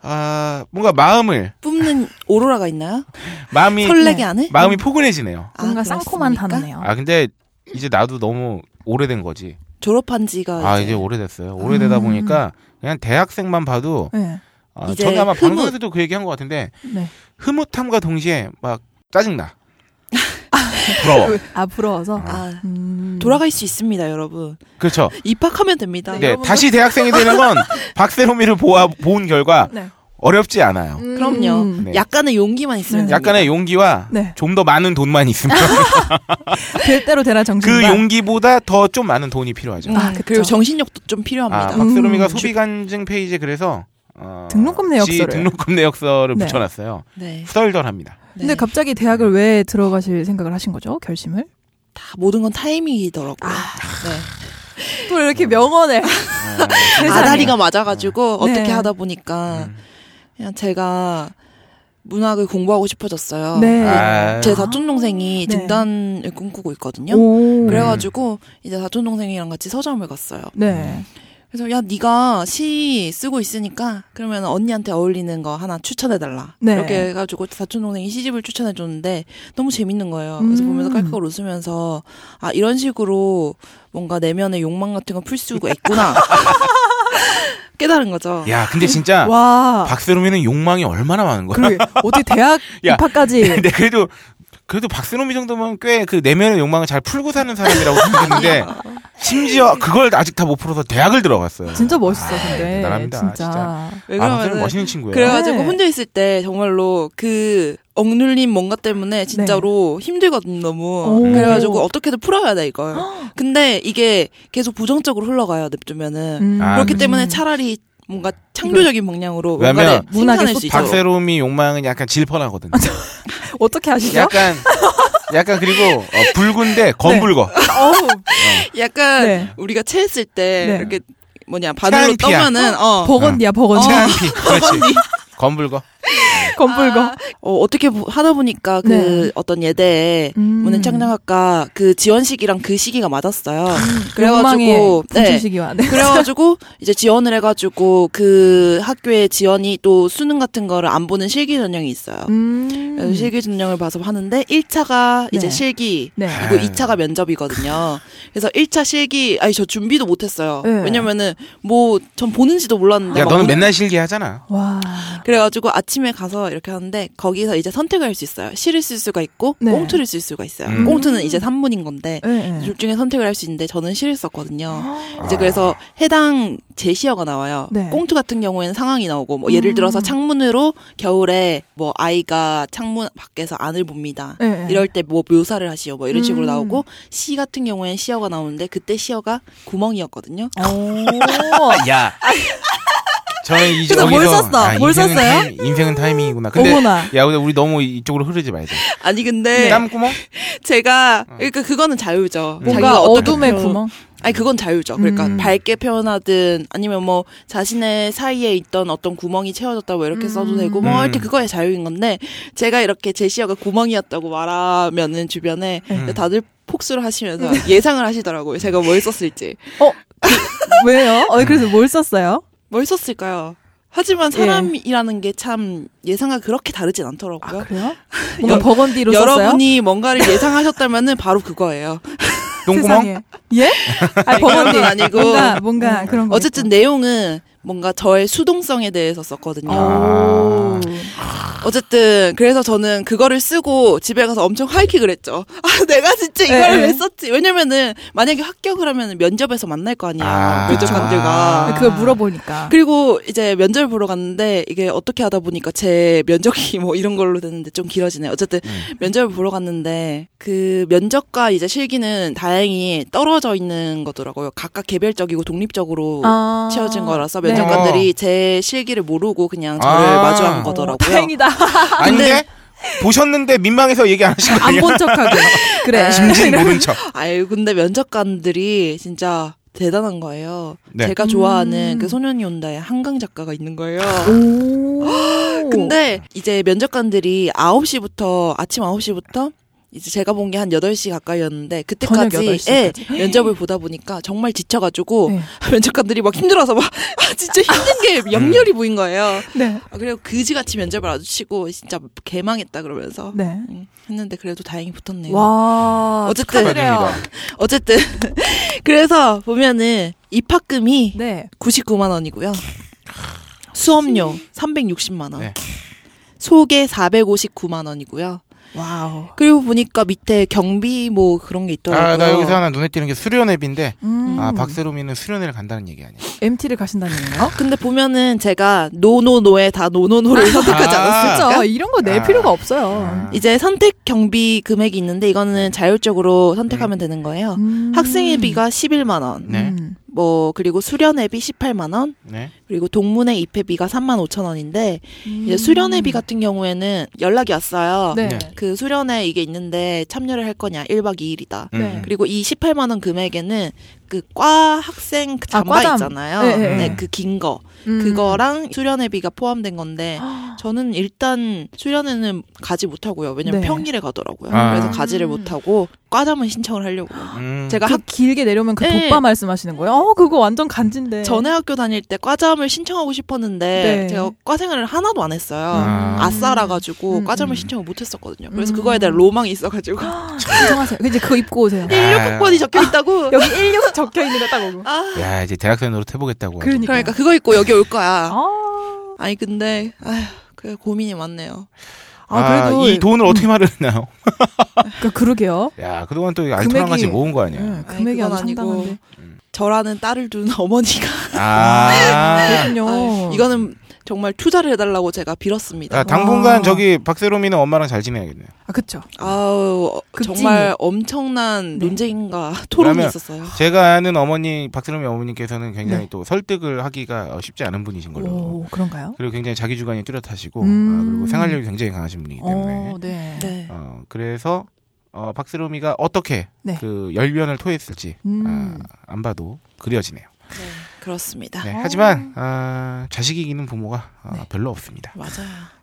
E: 아 뭔가 마음을
F: 뿜는 오로라가 있나요?
E: 마음이
F: 설레게 음. 안 해?
E: 그 마음이 포근해지네요.
F: 아,
G: 뭔가
F: 그렇습니까?
G: 쌍코만 단어네요.
E: 아 근데 이제 나도 너무 오래된 거지.
F: 졸업한 지가
E: 아 이제 오래됐어요. 오래되다
G: 음.
E: 보니까 그냥 대학생만 봐도
G: 네.
E: 아,
F: 이제
E: 전에 아마
F: 흐뭇.
E: 방송에서도 그 얘기한 것 같은데
G: 네.
E: 흐뭇함과 동시에 막
G: (laughs)
E: 짜증나. 부러워.
G: 아 부러워서.
F: 아,
G: 음.
F: 돌아갈 수 있습니다, 여러분.
E: 그렇죠.
F: 입학하면 됩니다.
E: 네, 다시 대학생이
G: (laughs)
E: 되는 건 박세롬이를 보아 본 결과
G: 네.
E: 어렵지 않아요.
G: 음.
F: 그럼요.
E: 네. 음,
F: 약간의 용기만 있으면
G: 네.
E: 약간의 용기와
G: 네.
E: 좀 더 많은
G: (laughs)
E: 돈만 있으면
G: 될 대로 아, 되라 정신.
E: 그
F: 네.
E: 용기보다 더 좀 많은 돈이 필요하죠.
G: 아,
F: 아,
G: 그쵸.
F: 그리고 정신력도 좀
E: 아,
F: 필요합니다.
G: 음.
E: 박세롬이가
G: 음.
E: 소비 간증 페이지에 그래서 어,
G: 등록금 내역서를.
E: 지 등록금 내역서를
G: 네.
E: 붙여놨어요.
F: 네.
E: 후덜덜합니다.
F: 네.
G: 근데 갑자기 대학을 왜 들어가실 생각을 하신 거죠? 결심을?
F: 다 모든 건
G: 아.
F: 타이밍이더라고요. 네.
G: 또 이렇게 명언을.
E: 아,
G: 세상에.
F: 아다리가 맞아가지고
G: 네.
F: 어떻게 하다 보니까
E: 음.
F: 그냥 제가 문학을 공부하고 싶어졌어요.
G: 네.
E: 아.
F: 제 사촌 동생이
G: 네.
F: 등단을 꿈꾸고 있거든요.
G: 오.
F: 네.
G: 네.
F: 그래가지고 이제 사촌 동생이랑 같이 서점을 갔어요.
G: 네.
F: 그래서 야 네가 시 쓰고 있으니까 그러면 언니한테 어울리는 거 하나 추천해달라
G: 네.
F: 이렇게 해가지고 사촌 동생이 시집을 추천해줬는데 너무 재밌는 거예요. 그래서
G: 음.
F: 보면서 깔깔 웃으면서 아 이런 식으로 뭔가 내면의 욕망 같은 걸 풀 수가
G: (laughs)
F: 있구나 (laughs) 깨달은 거죠.
E: 야, 근데 진짜
G: 와.
E: 박세롬이는 욕망이 얼마나 많은 거야.
G: 그러게. 어떻게 대학
E: 야.
A: 예.
G: 입학까지.
E: 근데 그래도 그래도 박세롬이 정도면 꽤 그 내면의 욕망을 잘 풀고 사는 사람이라고 생각했는데 심지어 그걸 아직 다 못 풀어서 대학을 들어갔어요.
G: 진짜 멋있어, 근데.
E: 대단합니다,
G: 진짜.
E: 진짜.
F: 왜
E: 아, 박세롬
F: 그러면은
E: 멋있는 친구예요.
F: 그래가지고
G: 네.
F: 혼자 있을 때 정말로 그 억눌린 뭔가
G: 네.
F: 때문에 진짜로 힘들거든 너무
G: 오.
F: 그래가지고 어떻게든 풀어야 돼 이걸 근데 이게 계속 부정적으로 흘러가요 냅두면은
G: 음.
E: 아,
F: 그렇기
E: 그치.
F: 때문에 차라리 뭔가 창조적인 방향으로
E: 왜냐면
F: 뭔가를
G: 문학의
F: 생산할 수 있도록
E: 어, 박세롬이 욕망은 약간 질펀하거든.
G: 어떻게 하시죠?
E: 약간 약간 그리고 어, 붉은데 검붉어.
G: 어우.
F: 약간
G: 네.
F: 우리가 체했을 때
G: 네.
F: 이렇게 뭐냐 바늘로
E: 차은피야.
F: 떠면은 어
G: 버건디야, 버건디.
E: 채한피. 그렇지. 검붉어.
G: (laughs) 건불거.
F: 아, 어, 어떻게 보- 하다 보니까 그
G: 네.
F: 어떤 예대에
G: 음.
F: 문해창작학과 그 지원 시기랑 그 시기가 맞았어요.
G: 욕망의
F: 그래가지고 네.
G: 분출시기와. 네.
F: 그래가지고 이제 지원을 해가지고 그 학교에 지원이 또 수능 같은 거를 안 보는 실기 전형이 있어요. 그래서
G: 음.
F: 실기 전형을 봐서 하는데 1차가 이제
G: 네.
F: 실기
G: 네.
E: 아.
F: 그리고 2차가 면접이거든요. 그래서 1차 실기 아니 저 준비도 못했어요.
G: 네.
F: 왜냐면은 뭐 전 보는지도 몰랐는데
E: 야,
F: 막
E: 너는
F: 보는-
E: 맨날 실기하잖아.
G: 와.
F: 그래가지고 아침에 가서 이렇게 하는데 거기서 이제 선택을 할 수 있어요. 실을 쓸 수가 있고
G: 네.
F: 꽁트를 쓸 수가 있어요.
E: 음.
F: 꽁트는 이제 3문인 건데
G: 네, 아. 네.
F: 둘 중에 선택을 할 수 있는데 저는 실을 썼거든요. 이제 그래서 해당 제시어가 나와요.
G: 아. 네.
F: 꽁트 같은 경우에는 상황이 나오고 뭐 예를
G: 음.
F: 들어서 창문으로 겨울에 뭐 아이가 창문 밖에서 안을 봅니다.
G: 네, 네.
F: 이럴 때 뭐 묘사를 하시오 뭐 이런
G: 음.
F: 식으로 나오고 시 같은 경우에는 시어가 나오는데 그때 시어가
G: 네.
F: 구멍이었거든요.
G: 오.
E: 야. 저는 이
G: 그래서 뭘
E: 여기서-
G: 썼어?
E: 아,
G: 뭘
E: 인생은
G: 썼어요?
E: 타이밍- 인생은 타이밍이구나. 근데
G: 어머나.
E: 야, 근데 우리 너무 이쪽으로 흐르지 말자.
F: 아니 근데
E: 땀구멍?
F: 제가 그러니까 그거는 (laughs) 자유죠.
G: 어. 뭔가
F: 자기가 음. 어떻게
G: 어둠의
F: 표현-
G: 구멍.
F: 아니 그건 자유죠. 그러니까
G: 음.
F: 밝게 표현하든 아니면 뭐 자신의 사이에 있던 어떤 구멍이 채워졌다고 이렇게 써도 되고 뭐
E: 음.
F: 할 때 그거의 자유인 건데 제가 이렇게 제시어가 구멍이었다고 말하면은 주변에
G: 예.
E: 음.
F: (laughs) 다들 폭수를 하시면서 예상을 하시더라고요. 제가 뭘 썼을지.
A: 왜요? 어, 그래서 뭘 썼어요?
F: 뭘 썼을까요? 하지만 사람이라는 게 참 예상과 그렇게 다르진 않더라고요.
A: 아, 그래요? 뭔가 버건디로 썼어요?
F: 여러분이 뭔가를 예상하셨다면은 바로 그거예요.
E: 똥구멍?
A: 세상에. 예? 아,
F: 그런
A: 버건디
F: 건 아니고 음.
A: 뭔가 뭔가 그런 거.
F: 어쨌든 내용은 뭔가 저의 수동성에 대해서 썼거든요.
E: 아.
F: 어쨌든 그래서 저는 그거를 쓰고 집에 가서 엄청 하이킥을 했죠. (laughs) 아 내가 진짜 이걸
A: 네.
F: 왜 썼지? 왜냐면은 만약에 합격을 하면 면접에서 만날 거 아니에요.
E: 아.
F: 면접관들과.
A: 그걸 물어보니까.
F: 그리고 이제 면접을 보러 갔는데 이게 어떻게 하다 보니까 제 면접이 (laughs) 뭐 이런 걸로 됐는데 좀 길어지네요. 어쨌든 면접을 보러 갔는데 그 면접과 이제 실기는 다행히 떨어져 있는 거더라고요. 각각 개별적이고 독립적으로
A: 아.
F: 채워진 거라서
A: 네.
F: 면접관들이 제 실기를 모르고 그냥 저를
E: 아.
F: 마주한
A: 어,
F: 거더라고요.
A: 다행이다.
E: 아닌데 보셨는데 민망해서 얘기 안 하신 거
A: 안
E: 아니야?
A: 본 척하고.
F: (laughs) 네.
A: 그래.
E: 짐진 모른 척.
F: 아유 근데 면접관들이 진짜 대단한 거예요.
E: 네.
F: 제가 좋아하는
A: 음.
F: 그 소년이 온다의 한강 작가가 있는 거예요.
A: 오.
F: 근데 이제 면접관들이 9시부터 아침 9시부터 이제 제가 본 게 한 8시 가까이였는데
A: 저녁
F: 그때까지
A: 8시
F: 예,
A: 까지.
F: 면접을 보다 보니까 정말 지쳐 가지고
A: 네.
F: (laughs) 면접관들이 막 힘들어서 막 (laughs) 아, 진짜 힘든 게 역렬히 보인 거예요.
A: 네.
F: 아, 그리고 그지같이 면접을 아주 치고 진짜 개망했다 그러면서
A: 네.
F: 음, 했는데 그래도 다행히 붙었네요.
A: 와.
F: 어쨌든.
A: 축하드려요.
F: 어쨌든 (laughs) 그래서 보면은 입학금이
A: 네.
F: 99만 원이고요. 수업료 360만 원.
E: 네.
F: 소개 459만 원이고요.
A: 와우.
F: 그리고 보니까 밑에 경비 뭐 그런 게 있더라고요.
E: 아, 나 여기서 하나 눈에 띄는 게 수련 앱인데
A: 음.
E: 아, 박세롬이는 수련회를 간다는 얘기 아니야?
A: MT를 가신다는
E: 어?
A: 건가요?
F: 근데 보면은 제가 노노노에 다 노노노를 선택하지
E: 아.
F: 않았어요.
A: 진짜 이런 거 낼
E: 아.
A: 필요가 없어요.
E: 아.
F: 이제 선택 경비 금액이 있는데 이거는 자율적으로 선택하면 되는 거예요.
A: 음.
F: 학생회비가 11만 원.
E: 아. 네.
A: 음.
F: 뭐 그리고 수련회비 18만 원.
E: 네.
F: 그리고 동문회 입회비가 3만 5천 원인데 이제 수련회비 같은 경우에는 연락이 왔어요.
A: 음. 네.
E: 네.
F: 그 수련회 이게 있는데 참여를 할 거냐 1박 2일이다.
E: 음.
A: 네.
F: 그리고 이 18만 원 금액에는 그 과 학생 그
A: 아,
F: 잠바
A: 과잠.
F: 있잖아요.
A: 네,
E: 네, 네.
F: 그 긴 거.
A: 음.
F: 그거랑 수련회비가 포함된 건데 저는 일단 수련회는 가지 못하고요. 왜냐면
A: 네. 음.
F: 평일에 가더라고요.
E: 아.
F: 그래서 가지를 못하고 과잠은 신청을 하려고요.
E: 음.
F: 제가
A: 그
F: 학
A: 길게 내려오면 그
F: 네.
A: 독바 말씀하시는 거예요? 어, 그거 완전 간지인데.
F: 전에 학교 다닐 때 과잠을 신청하고 싶었는데
A: 네.
F: 제가 과생활을 하나도 안 했어요.
E: 아.
F: 아싸라 가지고
A: 음,
F: 과잠을
E: 음.
F: 신청을 못 했었거든요. 그래서
A: 음. 아.
F: 그거에 대한 로망이 있어가지고 (laughs)
A: 죄송하세요. 이제 그거 입고 오세요.
F: 16학번이 적혀 있다고.
A: (laughs) 아. 여기 16 적혀 있는 거 딱 오고.
F: 아,
E: 야, 이제 대학생 노릇 해보겠다고. 아주.
A: 그러니까.
F: 그러니까 그거 입고 여기 올 거야.
A: 아,
F: 아니 근데 아휴 그 고민이 많네요.
A: 아, 그래도
E: 이 돈을 어떻게 마련했나요? (laughs)
A: 그러니까 그러게요.
E: 야, 그동안 또 알토랑 같이
A: 금액이- 음.
E: 모은 거 아니야?
A: 응,
F: 아이,
A: 금액이
F: 그건
A: 아주
F: 아니고.
A: 상당한데.
F: 저라는 딸을 둔 (laughs) 어머니가
A: (laughs)
E: 아.
A: 그렇군요.
F: 아유, 이거는 정말 투자를 해달라고 제가 빌었습니다.
E: 아, 당분간
A: 와.
E: 저기 박세롬이는 엄마랑 잘 지내야겠네요.
A: 아, 그쵸.
F: 아우 어,
A: 급진이.
F: 정말 엄청난
A: 네.
F: 논쟁과 (laughs) 토론이
E: 왜냐면-
F: 있었어요.
E: 제가 아는 어머니 박세롬이 어머님께서는 굉장히
A: 네.
E: 또 설득을 하기가 어, 쉽지 않은 분이신 걸로.
A: 오, 그런가요?
E: 그리고 굉장히 자기 주관이 뚜렷하시고
A: 음.
E: 아, 그리고 생활력이 굉장히 강하신 분이기 때문에
A: 어, 네.
F: 네.
E: 어, 그래서 어, 박세롬이가 어떻게
A: 네.
E: 그 열변을 토했을지
A: 음.
E: 아, 안 봐도 그려지네요.
F: 네, 그렇습니다.
E: 네, 하지만 아, 자식이 이기는 부모가 아,
A: 네.
E: 별로 없습니다.
F: 맞아요.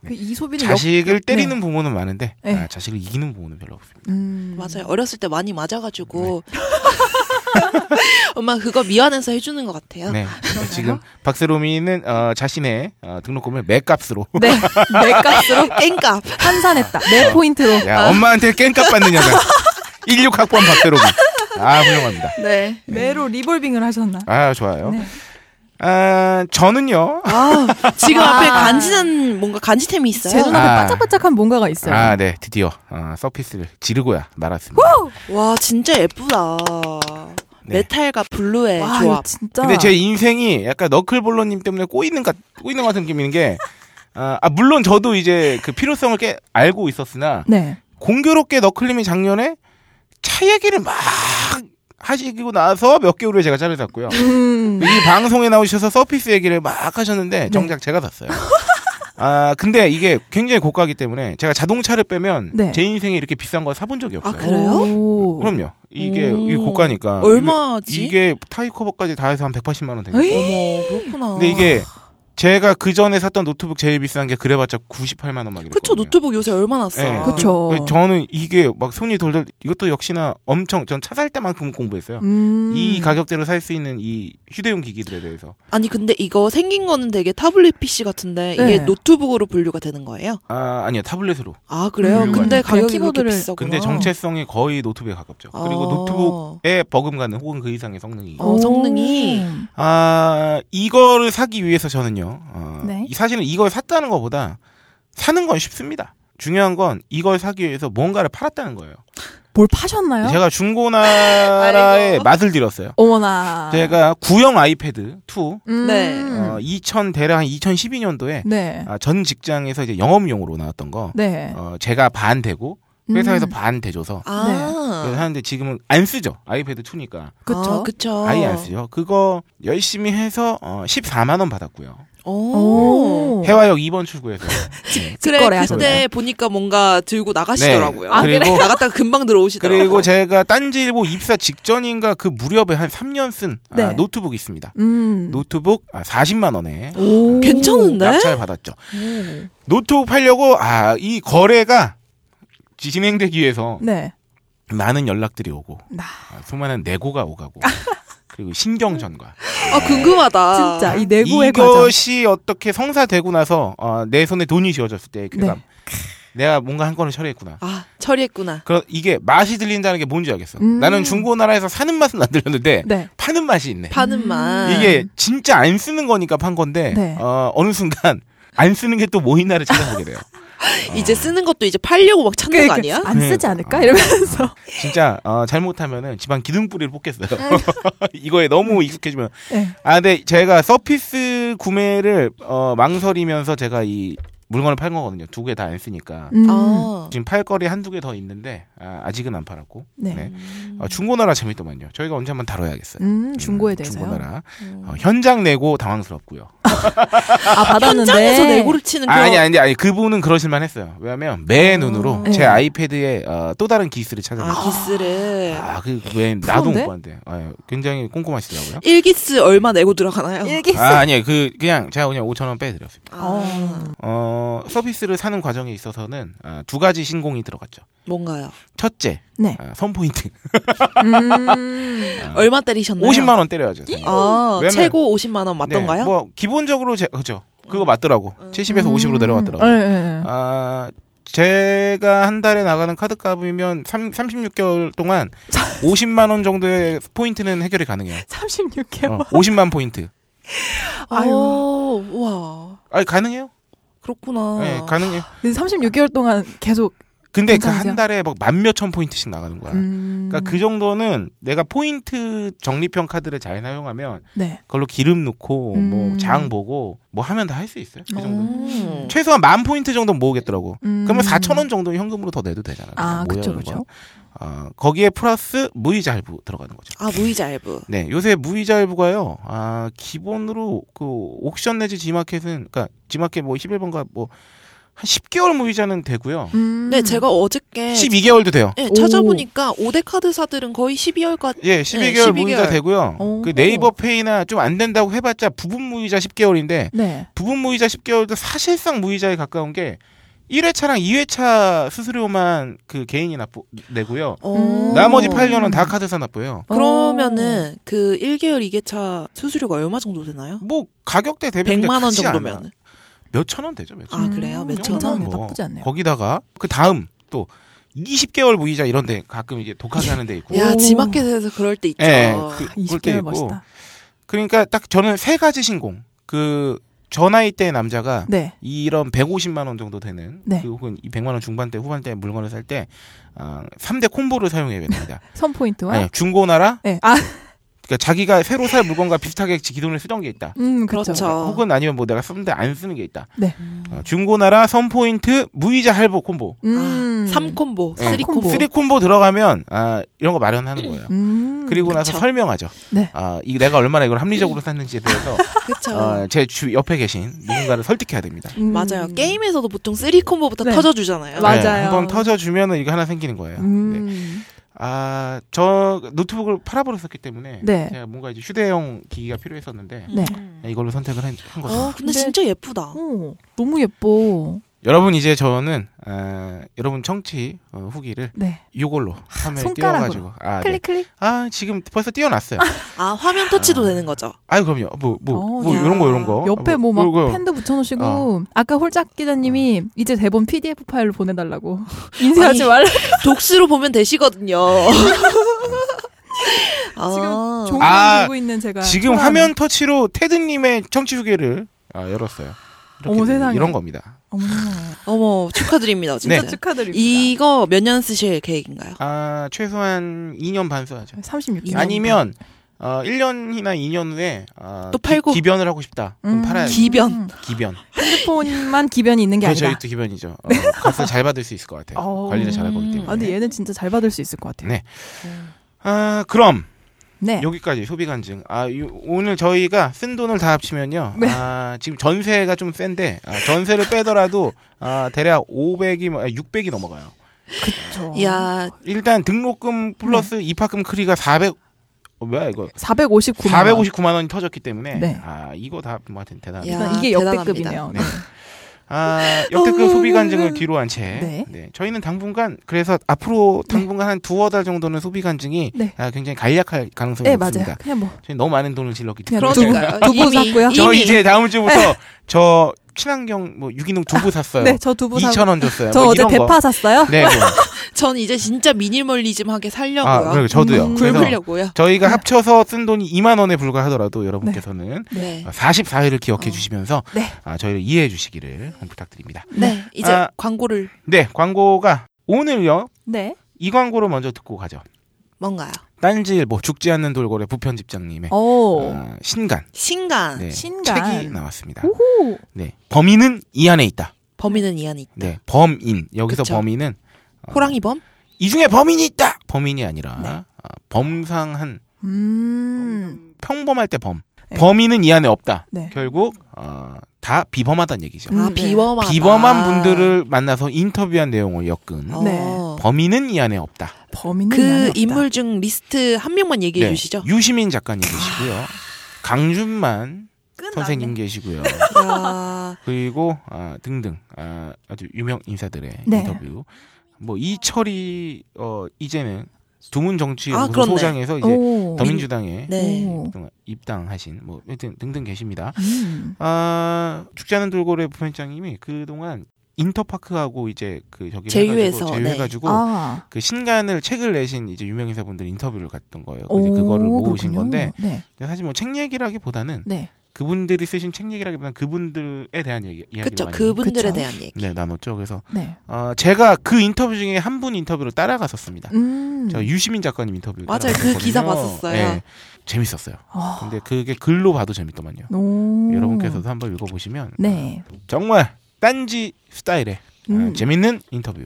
A: 그 이소비는
E: 자식을
A: 네.
E: 때리는 부모는 많은데
A: 네.
E: 아, 자식을 이기는 부모는 별로 없습니다.
A: 음. 네.
F: 맞아요. 어렸을 때 많이 맞아가지고 (laughs) 엄마 그거 미안해서 해주는 것 같아요.
E: 네, 그래서 지금 박세롬이는 어, 자신의 어, 등록금을 맥값으로
A: 네. 내 값으로
F: 깽값.
A: 환산했다. 내 포인트로. 아.
E: 야 엄마한테 깽값
A: (laughs)
E: 받는 여자 16학번 박세롬이 아 훌륭합니다.
F: 네.
A: 매로 리볼빙을 하셨나?
E: 아 좋아요.
A: 네.
E: 아 저는요.
F: 아 지금
A: 아.
F: 앞에 간지는 뭔가 간지템이
A: 제
F: 있어요.
A: 눈앞에
E: 아.
A: 반짝반짝한 뭔가가 있어요.
E: 아, 네, 드디어 어, 서피스를 지르고야 말았습니다.
F: 와 진짜 예쁘다.
E: 네.
F: 메탈과 블루의
A: 와, 이거
F: 조합.
A: 진짜.
E: 근데 제 인생이 약간 너클볼러님 때문에 꼬이는 것 꼬이는 것 같은 느낌인 게, 아, 아, 물론 저도 이제 그 필요성을 꽤 알고 있었으나
A: 네.
E: 공교롭게 너클님이 작년에 차 얘기를 막 하시고 나서 몇 개월 후에 제가 차를 샀고요.
A: 음.
E: 이 방송에 나오셔서 서피스 얘기를 막
F: 네.
E: 하셨는데 정작 제가 샀어요. 아 근데 이게 굉장히 고가기 때문에 제가 자동차를 빼면
A: 네.
E: 제 인생에 이렇게 비싼 걸 사본 적이 없어요.
F: 아, 그래요?
A: 오.
E: 그럼요. 이게
F: 오.
E: 이게 고가니까.
F: 얼마지?
E: 이게 타이 커버까지 다 해서 한 180만 원 되니까.
A: 에이?
F: 어머 그렇구나.
E: 근데 이게 제가 그 전에 샀던 노트북 제일 비싼 게 그래봤자 98만 원 막이랬거든요.
F: 그쵸 노트북 요새 얼마나 싸?
E: 예.
G: 그쵸.
E: 그 저는 이게 막 손이 돌돌 이것도 역시나 엄청 전 차 살 때만큼 공부했어요.
G: 음.
E: 이 가격대로 살 수 있는 이 휴대용 기기들에 대해서
F: 아니 근데 이거 생긴 거는 되게 타블릿 PC 같은데
G: 네.
F: 이게 노트북으로 분류가 되는 거예요?
E: 아 아니요 타블렛으로
F: 아 그래요?
E: 음,
F: 근데
E: 그냥
F: 가격이 그렇게
A: 키보드를-
F: 비싸구나.
E: 근데 정체성이 거의 노트북에 가깝죠 그리고
F: 아.
E: 노트북에 버금가는 혹은 그 이상의 성능이
F: 어, 성능이
E: 아 이거를 사기 위해서 저는요 어,
G: 네.
E: 이 사실은 이걸 샀다는 것보다 사는 건 쉽습니다 중요한 건 이걸 사기 위해서 뭔가를 팔았다는 거예요
G: 뭘 파셨나요?
E: 제가 중고나라의
F: 아이고.
E: 맛을 들었어요
A: 아.
G: 어머나.
E: 제가 구형 아이패드 2
G: 음.
F: 네.
E: 어, 2000 대략 한 2012년도에 아,
G: 네.
E: 전 직장에서 이제 영업용으로 나왔던 거
G: 네.
E: 어, 제가 반 되고 회사에서
G: 음.
E: 반 대줘서
F: 아
E: 그래서 하는데 지금은 안 쓰죠 아이패드 2니까
G: 그쵸.
F: 아, 그쵸.
E: 아예 안 쓰죠 그거 열심히 해서 어, 14만 원 받았고요
F: 오.
G: 오.
E: 해화역 2번 출구에서
F: 그러니까.
E: 네.
F: 어. (laughs) 그래
G: 직거래하셨네.
F: 그때 보니까 뭔가 들고 나가시더라고요.
E: 네. 아, 그리고- 그래요?
F: 나갔다가 금방 들어오시더라고요.
E: 그리고 제가 딴지일보 입사 직전인가 그 무렵에 한 3년 쓴 아,
G: 네.
E: 노트북이 있습니다
G: 음.
E: 노트북 아, 40만 원에
G: 오.
F: 음. 괜찮은데?
E: 낙찰 받았죠 노트북 팔려고 아 이 거래가 진행되기 위해서
F: 음.
G: 네.
E: 많은 연락들이 오고
G: 나.
E: 아, 수많은 내고가
F: (laughs)
E: 오가고 그리고 신경전과
F: 아 궁금하다.
A: 진짜 이 내고의 과정.
E: 이것이 어떻게 성사되고 나서 어, 내 손에 돈이 지어졌을 때의 쾌감. 내가 뭔가 한 건을 처리했구나.
F: 아 처리했구나.
E: 그럼 이게 맛이 들린다는 게 뭔지 알겠어.
G: 음.
E: 나는 중고나라에서 사는 맛은 안 들렸는데
G: 네.
E: 파는 맛이 있네.
F: 파는 맛.
E: 이게 진짜 안 쓰는 거니까 판 건데
G: 네.
E: 어, 어느 순간 (laughs) 안 쓰는 게 또 뭐 있나를 찾아보게 돼요.
F: 이제 쓰는 것도 이제 팔려고 막 찾는
E: 그
F: 거 아니야?
G: 그러니까 안
E: 네.
G: 쓰지 않을까? 이러면서. (laughs)
E: 진짜 어, 잘못하면은 집안 기둥뿌리를 뽑겠어요. (laughs) 이거에 너무 익숙해지면
G: 네.
E: 아, 근데 제가 서피스 구매를 어, 망설이면서 제가 이 물건을 팔 거거든요. 두 개 다 안 쓰니까.
G: 음.
F: 아.
E: 지금 팔 거리 한두 개 더 있는데 아, 직은안 팔았고.
G: 네.
E: 어, 중고나라 재밌더만요. 저희가 언제 한번 다뤄야겠어요.
G: 음, 중고에
E: 음,
G: 대해서요.
E: 중고나라. 어, 현장 내고 당황스럽고요.
A: 아 받았는데.
F: 현장에서 내고를 치는
E: 아,
F: 그런
E: 아니 아니 아니 그분은 그러실만 했어요. 왜냐하면 매 눈으로
G: 네.
E: 제 아이패드에 어, 또 다른 기스를
F: 아,
E: 찾아내요.
F: 기스를
E: 아그왜 나도 못
A: 프로인데?
E: 봤는데 아, 굉장히 꼼꼼하시더라고요.
F: 일 기스 얼마 내고 들어가나요?
A: 일기.
E: 아 아니요 그 그냥 제가 그냥 5천 원 빼드렸어요.
F: 아,
E: 어, 서비스를 사는 과정에 있어서는 아, 두 가지 신공이 들어갔죠.
F: 뭔가요?
E: 첫째,
G: 네.
E: 아, 선포인트. (laughs)
A: 음.
F: 얼마 때리셨나요?
E: 50만 원 때려야죠.
F: 아,
E: 왜냐면-
F: 최고 50만 원 맞던가요?
E: 네, 뭐 기본적으로 제 그죠. 그거 맞더라고. 70에서 50으로 내려갔더라고.
G: 음.
E: 요
A: 네, 네, 네.
E: 아, 제가 한 달에 나가는 카드 값이면 3, 36개월 동안 50만 원 정도의 포인트는 해결이 가능해요.
A: 36개월.
E: 어, 50만 포인트.
A: 아유.
F: 오, 와.
E: 아, 가능해요?
F: 그렇구나.
E: 네, 가능해요.
A: 근데 36개월 동안 계속.
E: 근데 그
A: 괜찮죠?
E: 한 달에 막 만몇천 포인트씩 나가는 거야.
A: 음.
E: 그러니까 그 정도는 내가 포인트 적립형 카드를 잘 사용하면
G: 네.
E: 그걸로 기름 넣고
G: 음.
E: 뭐 장 보고 뭐 하면 다 할 수 있어요. 그 정도.
F: 음.
E: 최소한 만 포인트 정도 모으겠더라고.
G: 음.
E: 그러면 4천 원 정도 현금으로 더 내도 되잖아.
G: 아,
E: 모여있는
G: 그쵸,
E: 거.
G: 그쵸.
E: 아, 거기에 플러스 무이자 할부 들어가는 거죠.
F: 아, 무이자 할부.
E: 네, 요새 무이자 할부가요. 아, 기본으로 그 옥션 내지 지마켓은 그러니까 지마켓 뭐 11번가 뭐 한 10개월 무이자는 되고요.
G: 음.
F: 네, 제가 어저께
E: 12개월도 돼요.
F: 예, 찾아보니까 5대 카드사들은 거의 12월까지
E: 예, 12개월
F: 12개월.
E: 무이자 되고요.
G: 네, 오.
E: 그 네이버 페이나 좀 안 된다고 해봤자 부분 무이자 10개월인데
G: 네.
E: 부분 무이자 10개월도 사실상 무이자에 가까운 게 1회차랑 2회차 수수료만 그 개인이 납부 내고요.
F: 어.
G: 음.
E: 나머지 8년은 다 카드사 납부예요.
A: 어.
F: 그러면은 그 1개월 2개차 수수료가 얼마 정도 되나요?
E: 뭐 가격대 대비
F: 100만 원 정도면.
E: 몇천 원 되죠, 몇천
F: 아,
E: 원.
F: 그래요?
G: 음,
F: 몇천
G: 괜찮네.
F: 원?
E: 뭐.
G: 나쁘지
A: 아,
G: 않네요.
E: 거기다가 그 다음 또 20개월 무이자 이런 데 가끔 이제 독하게 하는 데
F: (laughs)
E: 있고.
F: 야,
A: 오.
F: 지마켓에서 그럴 때 있죠.
E: 음.
F: 아,
E: 예, 그, 그럴 때
A: 20개월
E: 있고.
A: 멋있다.
E: 그러니까 딱 저는 세 가지 신공. 그 전화이 때 남자가
G: 네.
E: 이런 150만 원 정도 되는
G: 네.
E: 그 혹은 이 100만 원 중반대 후반대 물건을 살 때 아, 3대 콤보를 사용해야 됩니다.
A: 선 포인트와.
E: 아니, 중고나라
A: 네. 아,
E: 그러니까 자기가 새로 살 물건과 비슷하게 지- 기존에 쓰던 게 있다.
A: 음, 그렇죠.
F: 그렇죠.
E: 혹은 아니면 뭐 내가 쓰는데 안 쓰는 게 있다.
G: 네.
E: 어, 중고나라 선포인트 무이자 할부 콤보.
F: 아,
G: 음.
F: 3콤보,
E: 예.
F: 3콤보.
E: 쓰리 콤보 들어가면 아, 이런 거 마련하는 거예요.
G: 음.
E: 그리고 나서
F: 그쵸.
E: 설명하죠.
G: 네.
E: 아, 이 내가 얼마나 이걸 합리적으로 샀는지에
F: (laughs)
E: 대해서
F: 그쵸.
E: 어, 제 주, 옆에 계신 누군가를 설득해야 됩니다. 네,
G: 음.
F: 맞아요. 게임에서도 보통 3콤보부터
A: 네.
F: 터져주잖아요.
A: 맞아요.
E: 한번 터져주면은 이거 하나 생기는 거예요. 네.
G: 음.
E: 아, 저 노트북을 팔아버렸었기 때문에
A: 네.
E: 제가 뭔가 이제 휴대용 기기가 필요했었는데
A: 네.
E: 이걸로 선택을 한, 한 거죠.
F: 어,
A: 근데-
F: 근데 진짜 예쁘다.
A: 오, 너무 예뻐.
E: 여러분 이제 저는 아, 여러분 청취 어, 후기를
A: 네.
E: 이걸로 화면에
A: 손가락으로.
E: 띄워가지고 아, 네.
A: 클릭 클릭.
E: 아 지금 벌써 띄워놨어요.
F: 아, 화면 터치도 되는 거죠.
E: 아유 그럼요. 뭐 뭐 뭐
A: 어,
F: 야.
E: 이런 거 이런 거
A: 옆에
E: 아,
A: 뭐 막
E: 이거.
A: 펜도 붙여놓으시고
E: 어.
A: 아까 홀짝 기자님이
E: 아.
A: 이제 대본 PDF 파일로
E: (laughs)
A: 보내달라고 인쇄하지
F: 아니,
A: 말라.
F: 독스로 보면 되시거든요. 아,
A: 지금 종이
E: 아,
A: 들고 있는 제가
E: 지금
A: 초라한-
E: 화면 터치로 테드님의 청취 후기를 아, 열었어요. 이렇게
A: 어머,
E: 되는-
A: 세상에.
E: 이런 겁니다.
A: 어머
F: 어머 축하드립니다. 진짜.
E: 네.
A: 축하드립니다.
F: 이거 몇 년 쓰실 계획인가요?
E: 아 최소한 2년 반 써야죠.
A: 36.
F: 이년
E: 아니면 어, 1년이나 2년 후에 어,
F: 또 팔고.
E: 기, 변을 하고 싶다. 그럼
A: 음.
E: 팔아야 죠
F: 기변.
E: 기변.
A: 핸드폰만 기변이 있는 게
E: 그렇죠.
A: 아니다.
E: 이것도
A: (laughs)
E: 기변이죠. 어, 값을 잘 받을 수 있을 것 같아요.
A: 어우.
E: 관리를 잘할 거기 때문에.
A: 아, 근데 얘는 진짜 잘 받을 수 있을 것 같아요.
E: 네. 아, 그럼
A: 네.
E: 여기까지 소비 간증. 아, 요- 오늘 저희가 쓴 돈을 다 합치면요.
A: 네.
E: 아, 지금 전세가 좀 센데 아, 전세를 빼더라도 아, 대략 500이 600이 넘어가요.
A: 그렇죠.
F: 이야,
E: 일단 등록금
A: 네.
E: 플러스 입학금 크리가 400 어, 뭐야 이거
A: 459만.
E: 459만 원이 터졌기 때문에
A: 네.
E: 아, 이거 다 뭐하여튼 대단합니다.
F: 야,
A: 그러니까 이게 역대급이네요.
E: 네. 아, 역대급 소비 간증을 뒤로 한 채.
A: 어, 네.
E: 네. 저희는 당분간 그래서 앞으로 당분간 한 두어 달 정도는 소비 간증이
A: 네.
E: 아, 굉장히 간략할 가능성이
A: 네,
E: 높습니다.
A: 맞아요. 네, 그냥 뭐
E: 저희 너무 많은 돈을 질렀기 때문에.
A: 그냥
F: 그러니까요.
A: 두부
F: 이미,
A: 샀고요.
E: 저
F: 이미.
E: 이제 다음 주부터 저 친환경 뭐 유기농 두부 샀어요.
A: 네, 저 두부 사.
E: 2,000원 줬어요.
A: 저
E: 뭐
A: 어제
E: 이런 거.
A: 대파 샀어요.
E: 네, 뭐.
F: 전 이제 진짜 미니멀리즘하게
E: 아,
F: 살려고요.
E: 그러니까 저도요.
A: 음.
E: 그래서
F: 굶으려고요.
E: 저희가 합쳐서 쓴 돈이 2만 원에 불과하더라도 여러분께서는
F: 네.
E: 44회를 기억해 주시면서
A: 네.
E: 아, 저희를 이해해 주시기를 부탁드립니다.
F: 네. 이제
E: 아.
F: 광고를
E: 네, 광고가 오늘요.
A: 네.
E: 이 광고를 먼저 듣고 가죠.
F: 뭔가요?
E: 딴지일보 뭐 죽지 않는 돌고래 부편집장님의
A: 오.
E: 어, 신간,
F: 아, 신간.
E: 네,
A: 신간.
E: 책이 나왔습니다.
A: 오호.
E: 네, 범인은 이 안에 있다.
F: 범인은 이안이 있다.
E: 네, 범인 여기서
F: 그쵸.
E: 범인은 어,
F: 호랑이 범?
E: 이 중에 범인이 있다. 범인이 아니라 아, 범상한
A: 음.
E: 평범할 때 범.
A: 네.
E: 범인은 이 안에 없다.
A: 네.
E: 결국 어, 다 비범하다는 얘기죠.
A: 음,
F: 아,
A: 네.
F: 비범하다.
E: 비범한 분들을 만나서 인터뷰한 내용을 엮은
F: 아. 어.
A: 네.
E: 범인은 이 안에 없다.
A: 범인은
F: 그
A: 그
F: 인물 중 리스트 한 명만 얘기해
E: 네,
F: 주시죠.
E: 유시민 작가님 계시고요. 강준만
A: 끝났네.
E: 선생님 계시고요.
F: 야,
E: 그리고 아, 등등 아, 아주 유명 인사들의
A: 네.
E: 인터뷰. 뭐 이철이 어, 이제는 두문 정치
F: 아,
E: 연구소
F: 그렇네.
E: 소장에서 이제
A: 오.
E: 더민주당에
F: 네.
A: 오.
E: 그동안 입당하신 뭐 하여튼 등등 계십니다.
A: 음.
E: 아 죽지 않은 돌고래 부편장님이 그동안 인터파크하고 이제 그 저기
F: 제휴해서,
E: 해가지고,
F: 네.
E: 제휴해가지고
A: 아.
E: 그 신간을 책을 내신 이제 유명인사분들 인터뷰를 갔던 거예요. 근데 그거를 모으신
A: 그렇군요.
E: 건데
A: 네.
E: 근데 사실 뭐 책 얘기라기보다는
A: 네.
E: 그분들이 쓰신 책 얘기라기보다는 그분들에 대한 얘기 이야기를
F: 그쵸.
E: 많이
F: 그분들에
A: 그쵸.
F: 대한 얘기.
E: 음. 네 나눴죠. 그래서
A: 네.
E: 어, 제가 그 인터뷰 중에 한 분 인터뷰를 따라갔었습니다.
A: 음.
E: 저 유시민 작가님 인터뷰
F: 맞아요.
E: 따라갔었거든요.
F: 그 기사 봤었어요.
E: 네. 재밌었어요.
A: 아.
E: 근데 그게 글로 봐도 재밌더만요.
A: 오.
E: 여러분께서도 한번 읽어보시면 아,
A: 네.
E: 정말 딴지 스타일의 어,
A: 음.
E: 재밌는 인터뷰.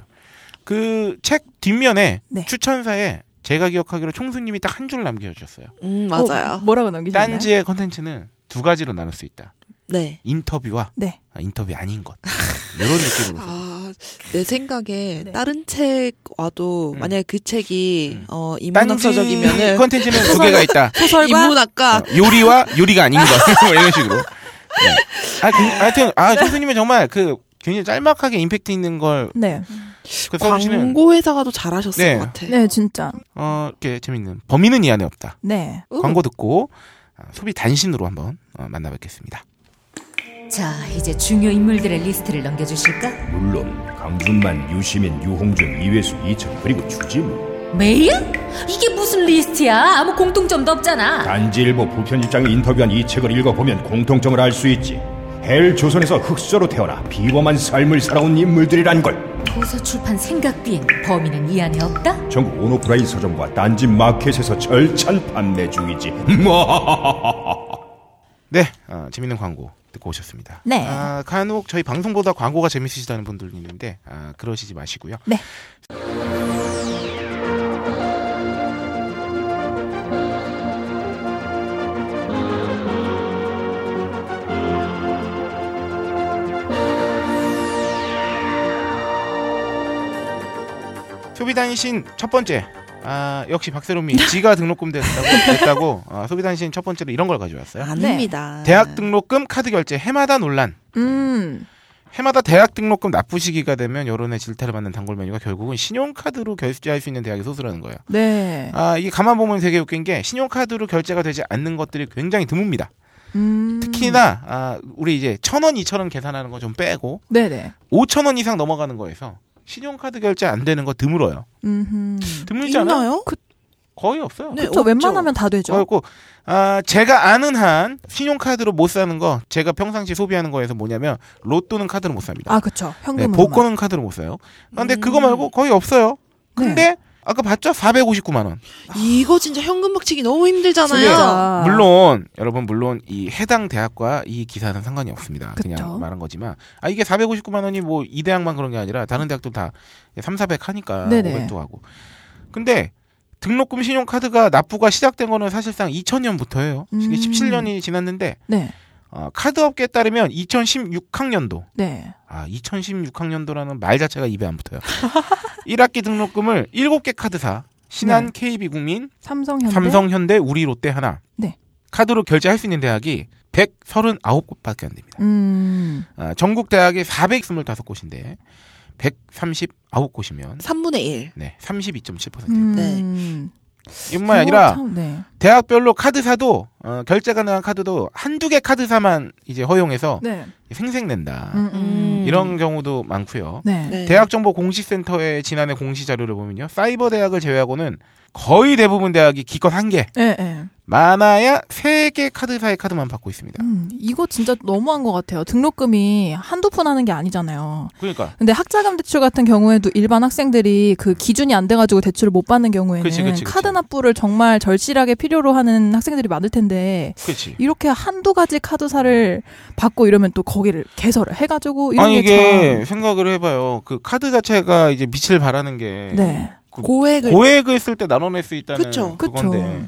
E: 그 책 뒷면에
A: 네.
E: 추천사에 제가 기억하기로 총수님이 딱 한 줄 남겨주셨어요.
F: 음, 맞아요.
A: 어, 뭐라고 남기셨나요?
E: 딴지의 컨텐츠는 두 가지로 나눌 수 있다.
F: 네.
E: 인터뷰와
A: 네.
E: 아, 인터뷰 아닌 것. 이런 느낌으로.
F: 아, 내 생각에
A: 네.
F: 다른 책 와도
E: 음.
F: 만약에 그 책이 어
E: 딴지
F: 인문학서적이면은
E: 컨텐츠는 두 개가
F: (laughs)
E: 있다.
A: 소설과
F: 인문학과
E: 어, 요리와 요리가 아닌 것. (laughs) 뭐 이런 식으로. 네. 아, 그, 하여튼 아 총수님은 정말 그 굉장히 짤막하게 임팩트 있는 걸그
A: 네.
E: 써주시는
F: 광고 회사가 더 잘하셨을
E: 네.
F: 것 같아.
A: 네, 진짜.
E: 어 이렇게 재밌는 범인은 이 안에 없다.
A: 네.
F: 음.
E: 광고 듣고 아, 소비 단신으로 한번 어, 만나뵙겠습니다.
D: 자, 이제 중요 인물들의 리스트를 넘겨주실까?
H: 물론 강준만, 유시민, 유홍준, 이회수, 이철 그리고 주지무
D: 메일? 이게 무슨 리스트야? 아무 공통점도 없잖아.
H: 단지일보 부편집장이 인터뷰한 이 책을 읽어보면 공통점을 알 수 있지 헬 조선에서 흑수저로 태어나 비범한 삶을 살아온 인물들이란 걸
D: 도서 출판 생각 비행 범인은 이 안에 없다?
H: 전국 온오프라인 서점과 단지 마켓에서 절찬 판매 중이지 음,
E: 네, 어, 재밌는 광고 듣고 오셨습니다.
A: 네.
E: 아, 간혹 저희 방송보다 광고가 재밌으시다는 분들 있는데 아, 그러시지 마시고요.
A: 네.
E: 소비단신 첫 번째. 아, 아, 역시 박세롬이 지가 등록금 됐다고, 됐다고 아, 소비단신 첫 번째로 이런 걸 가져왔어요.
F: 아닙니다.
E: 네. 대학 등록금 카드 결제 해마다 논란.
G: 음.
E: 해마다 대학 등록금 납부 시기가 되면 여론의 질타를 받는 단골 메뉴가 결국은 신용카드로 결제할 수 있는 대학이 소수라는 거예요.
G: 네.
E: 아, 이게 가만 보면 되게 웃긴 게 신용카드로 결제가 되지 않는 것들이 굉장히 드뭅니다.
G: 음.
E: 특히나 아, 우리 이제 천 원, 이천 원 계산하는 거 좀 빼고
G: 네네.
E: 오천 원 이상 넘어가는 거에서 신용카드 결제 안 되는 거 드물어요.
G: 음.
E: 드물지 않아요?
F: 있나요?
E: 거의 없어요.
F: 네,
A: 그쵸
F: 없죠.
A: 웬만하면 다 되죠.
E: 그래갖고 아, 제가 아는 한 신용카드로 못 사는 거 제가 평상시 소비하는 거에서 뭐냐면 로또는 카드로 못 삽니다.
G: 아 그쵸.
E: 네,
G: 현금으로.
E: 복권은 카드로 못 사요. 아, 근데
F: 음.
E: 그거 말고 거의 없어요. 근데 아까 봤죠? 459만 원.
F: 이거 진짜 현금 박치기 너무 힘들잖아요.
A: 진짜.
E: 물론 여러분 물론 이 해당 대학과 이 기사는 상관이 없습니다. 그
G: 그쵸.
E: 냥 말한 거지만 아 이게 459만 원이 뭐 이 대학만 그런 게 아니라 다른 대학도 다 3, 400 하니까
G: 네네.
E: 500도 하고. 근데 등록금 신용카드가 납부가 시작된 거는 사실상 2000년부터예요.
G: 음.
E: 17년이 지났는데
G: 네.
E: 어, 카드 업계에 따르면 2016학년도
G: 네.
E: 아 2016학년도라는 말 자체가 입에 안 붙어요. (laughs) 1학기 등록금을 7개 카드사 신한 KB국민
G: 네. 삼성현대.
E: 삼성, 현대, 우리, 롯데 하나.
G: 네.
E: 카드로 결제할 수 있는 대학이 139곳밖에 안 됩니다.
G: 음.
E: 아, 전국 대학이 425곳인데 139곳이면
F: 3분의 1.
E: 네, 32.7%.
G: 음.
F: 네.
E: 뿐만
G: 그거
E: 아니라
G: 참, 네.
E: 대학별로 카드사도 어, 결제 가능한 카드도 한두 개 카드사만 이제 허용해서
G: 네.
E: 생색 낸다.
G: 음, 음.
E: 이런 경우도 많고요.
G: 네.
F: 네.
E: 대학정보 공시센터의 지난해 공시 자료를 보면요. 사이버 대학을 제외하고는 거의 대부분 대학이 기껏 한 개,
G: 예, 예.
E: 많아야 세 개 카드사의 카드만 받고 있습니다.
A: 음, 이거 진짜 너무한 것 같아요. 등록금이 한두 푼 하는 게 아니잖아요.
E: 그러니까
A: 근데 학자금 대출 같은 경우에도 일반 학생들이 그 기준이 안 돼가지고 대출을 못 받는 경우에는
E: 그치, 그치, 그치.
A: 카드 납부를 정말 절실하게 필요로 하는 학생들이 많을 텐데
E: 그렇지.
A: 이렇게 한두 가지 카드사를 받고 이러면 또 거기를 개설을 해가지고 이런 게
E: 아니 이게 생각을 해봐요. 그 카드 자체가 이제 빛을 바라는 게
A: 참. 네.
F: 고액을
E: 고액을 쓸 때 나눠낼 수 있다는
F: 그쵸.
E: 그
A: 그쵸.
E: 건데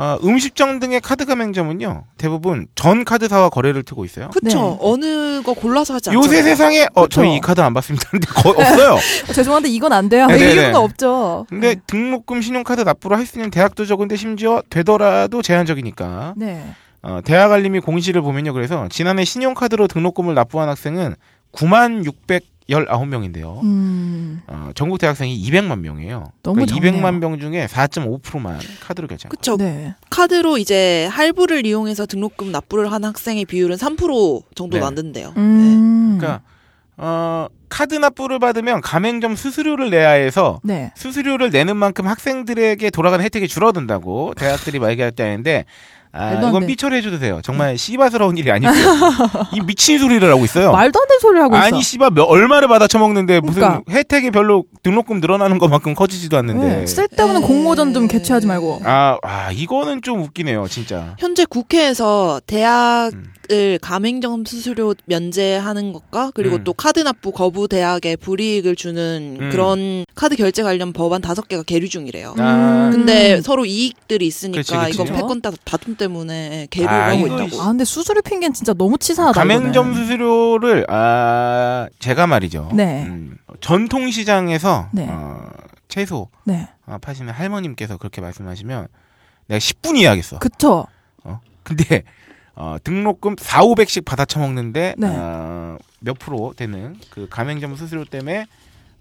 E: 아, 음식점 등의 카드 가맹점은요 대부분 전 카드사와 거래를 트고 있어요.
F: 그쵸
A: 네.
F: 어느 거 골라서 하지 않죠.
E: 요새 세상에 어
A: 그쵸.
E: 저희 이 카드 안 받습니다. 근데 거의 없어요.
A: 죄송한데 이건 안 돼요.
E: 네, 네, 네.
A: (laughs) 이유가 없죠.
E: 근데
G: 네.
E: 등록금 신용카드 납부를 할 수 있는 대학도 적은데 심지어 되더라도 제한적이니까
A: 네.
E: 어, 대학 알림이 공시를 보면요. 그래서 지난해 신용카드로 등록금을 납부한 학생은 9만 619명인데요.
G: 음.
E: 어, 전국 대학생이 200만 명이에요.
G: 너무
E: 그러니까
G: 적네요.
E: 200만 명 중에 4.5%만 카드로 결제한 거예요.
F: 그쵸
G: 네.
F: 카드로 이제 할부를 이용해서 등록금 납부를 한 학생의 비율은 3% 정도
E: 네.
F: 안 된대요.
G: 음.
E: 그러니까 어, 카드 납부를 받으면 가맹점 수수료를 내야 해서
G: 네.
E: 수수료를 내는 만큼 학생들에게 돌아가는 혜택이 줄어든다고 대학들이 말할 때 하는데 아,
A: 아. 말도 안
E: 이건
A: 돼.
E: 삐처리 해줘도돼요 정말 씨바스러운 일이 아니고요.
A: (laughs)
E: 이 미친 소리를 하고 있어요.
A: 말도 안 되는 소리를 하고
E: 아니
A: 있어.
E: 씨발 몇- 얼마를 받아 처먹는데 무슨
A: 그러니까.
E: 혜택이 별로 등록금 늘어나는 것만큼 커지지도 않는데
A: 네. 쓸데없는
F: 에.
A: 공모전 좀 개최하지 말고.
E: 아, 아 이거는 좀 웃기네요 진짜
F: 현재 국회에서 대학을 가맹점 수수료 면제하는 것과 그리고
E: 음.
F: 또 카드 납부 거부 대학에 불이익을 주는
E: 음.
F: 그런 카드 결제 관련 법안 다섯 개가 계류 중이래요.
A: 음,
E: 아,
F: 근데 서로 이익들이 있으니까
E: 그치, 그치.
F: 이건 패권 다- 다툼 때문에 계류를 하고
E: 이거
F: 있다고.
A: 아 근데 수수료 핑계는 진짜 너무 치사하다.
E: 뭐 가맹점
A: 이거는.
E: 수수료를 아 제가 말이죠
A: 네.
E: 음, 전통시장에서
A: 네.
E: 어, 채소
A: 네.
E: 아, 파시는 할머님께서 그렇게 말씀하시면 내가 10분 이해하겠어
A: 그쵸.
E: (laughs) 근데 어, 등록금 4, 500씩 받아 처먹는데
A: 네.
E: 어, 몇 프로 되는 그 가맹점 수수료 때문에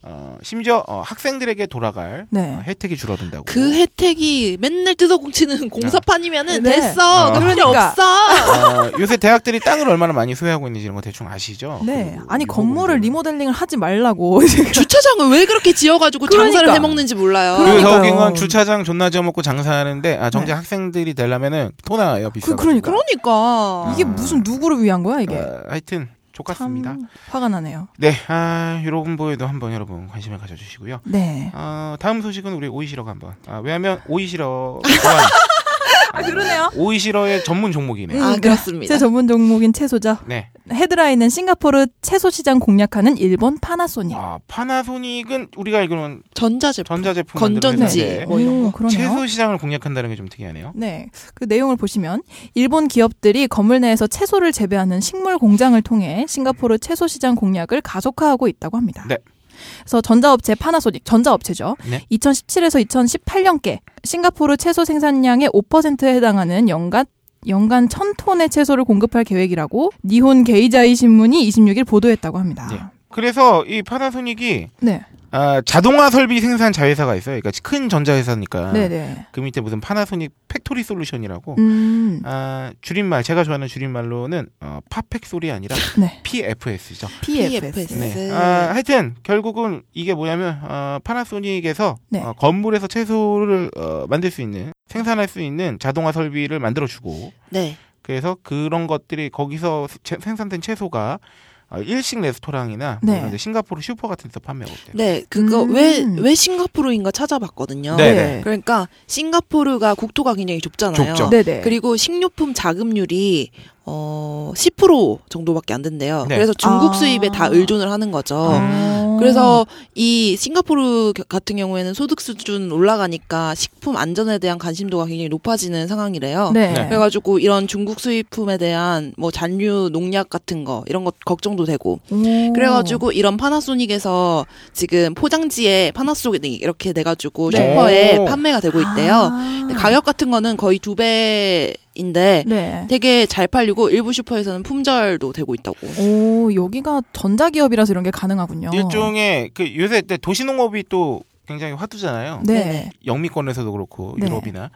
E: 어, 심지어 어, 학생들에게 돌아갈
A: 네.
E: 어, 혜택이 줄어든다고.
F: 그 혜택이 맨날
E: 아.
F: 뜯어공치는 공사판이면은
A: 네.
F: 됐어.
E: 어.
F: 그런 게
A: 그러니까.
F: 없어.
E: 어, 요새 대학들이 땅을 얼마나 많이 소유하고 있는지 이런 거 대충 아시죠?
A: 네.
E: 그리고
A: 아니
E: 이거
A: 건물을
E: 보면
A: 리모델링을 하지 말라고. (laughs)
F: 주차장을 왜 그렇게 지어가지고 장사를
A: 그러니까.
F: 해먹는지 몰라요.
E: 그
A: 그러니까요. 네.
E: 서울경은 주차장 존나 지어먹고 장사하는데 아, 정작 학생들이 되려면은 토 나와요 비싸.
A: 그, 그러니까.
F: 그러니까.
A: 이게 무슨 누구를 위한 거야 이게?
E: 어, 하여튼 족같습니다.
A: 참 화가 나네요.
E: 네, 아, 여러분 보에도 한번 여러분 관심을 가져주시고요.
A: 네.
E: 아, 다음 소식은 우리 오이시러가 한번. 아, 왜냐면 오이시러. 또한
A: 아 그러네요.
E: (laughs) 오이시러의 전문 종목이네요.
F: 아, 그렇습니다.
A: (laughs) 제 전문 종목인 채소죠.
E: 네.
A: 헤드라인은 싱가포르 채소 시장 공략하는 일본 파나소닉.
E: 아, 파나소닉은 우리가 알기로는
F: 전자제품.
E: 전자제품
F: 건전지.
E: 만드는 회사인데
F: 뭐 이런 거.
A: 그러네요.
E: 채소 시장을 공략한다는 게 좀 특이하네요.
A: 네. 그 내용을 보시면 일본 기업들이 건물 내에서 채소를 재배하는 식물 공장을 통해 싱가포르 채소 시장 공략을 가속화하고 있다고 합니다.
E: 네.
A: 그래서 전자업체 파나소닉 전자업체죠.
E: 네.
A: 2017에서 2018년께 싱가포르 채소 생산량의 5%에 해당하는 연간 연간 1000톤의 채소를 공급할 계획이라고 니혼 게이자이 신문이 26일 보도했다고 합니다.
E: 네. 그래서 이 파나소닉이
A: 네.
E: 아, 자동화 설비 생산 자회사가 있어요. 그러니까 큰 전자회사니까.
A: 네, 네.
E: 그 밑에 무슨 파나소닉 팩토리 솔루션이라고.
A: 음.
E: 아, 줄임말 제가 좋아하는 줄임말로는 어, 파팩 솔이 아니라
A: 네.
E: PFS죠.
F: PFS.
A: PFS.
E: 네. 아, 하여튼 결국은 이게 뭐냐면 어, 파나소닉에서
A: 네.
E: 어, 건물에서 채소를 어, 만들 수 있는 생산할 수 있는 자동화 설비를 만들어 주고
F: 네.
E: 그래서 그런 것들이 거기서 채- 생산된 채소가 어, 일식 레스토랑이나
A: 네.
E: 뭐 이제 싱가포르 슈퍼 같은 데서 판매하고 있대요.
F: 네, 그거
A: 음.
F: 왜, 왜 싱가포르인가 찾아봤거든요.
E: 네, 네.
F: 그러니까 싱가포르가 국토가 굉장히 좁잖아요.
E: 좁죠.
A: 네, 네.
F: 그리고 식료품 자급률이 어, 10% 정도밖에 안 된대요.
E: 네. 음.
F: 그래서 중국
A: 아.
F: 수입에 다 의존을 하는 거죠.
A: 아.
F: 그래서 이 싱가포르 겨- 같은 경우에는 소득 수준 올라가니까 식품 안전에 대한 관심도가 굉장히 높아지는 상황이래요.
A: 네.
E: 네.
F: 그래가지고 이런 중국 수입품에 대한 뭐 잔류 농약 같은 거 이런 것 걱정도 되고
A: 오.
F: 그래가지고 이런 파나소닉에서 지금 포장지에 파나소닉 이렇게 돼가지고
A: 네.
F: 슈퍼에
E: 오.
F: 판매가 되고 있대요.
A: 아.
F: 근데 가격 같은 거는 거의 두 배인데
A: 네.
F: 되게 잘 팔리고 일부 슈퍼에서는 품절도 되고 있다고.
A: 오, 여기가 전자기업이라서 이런 게 가능하군요.
E: 일종의 그 요새 이제 도시농업이 또 굉장히 화두잖아요.
A: 네.
F: 네네.
E: 영미권에서도 그렇고
A: 네.
E: 유럽이나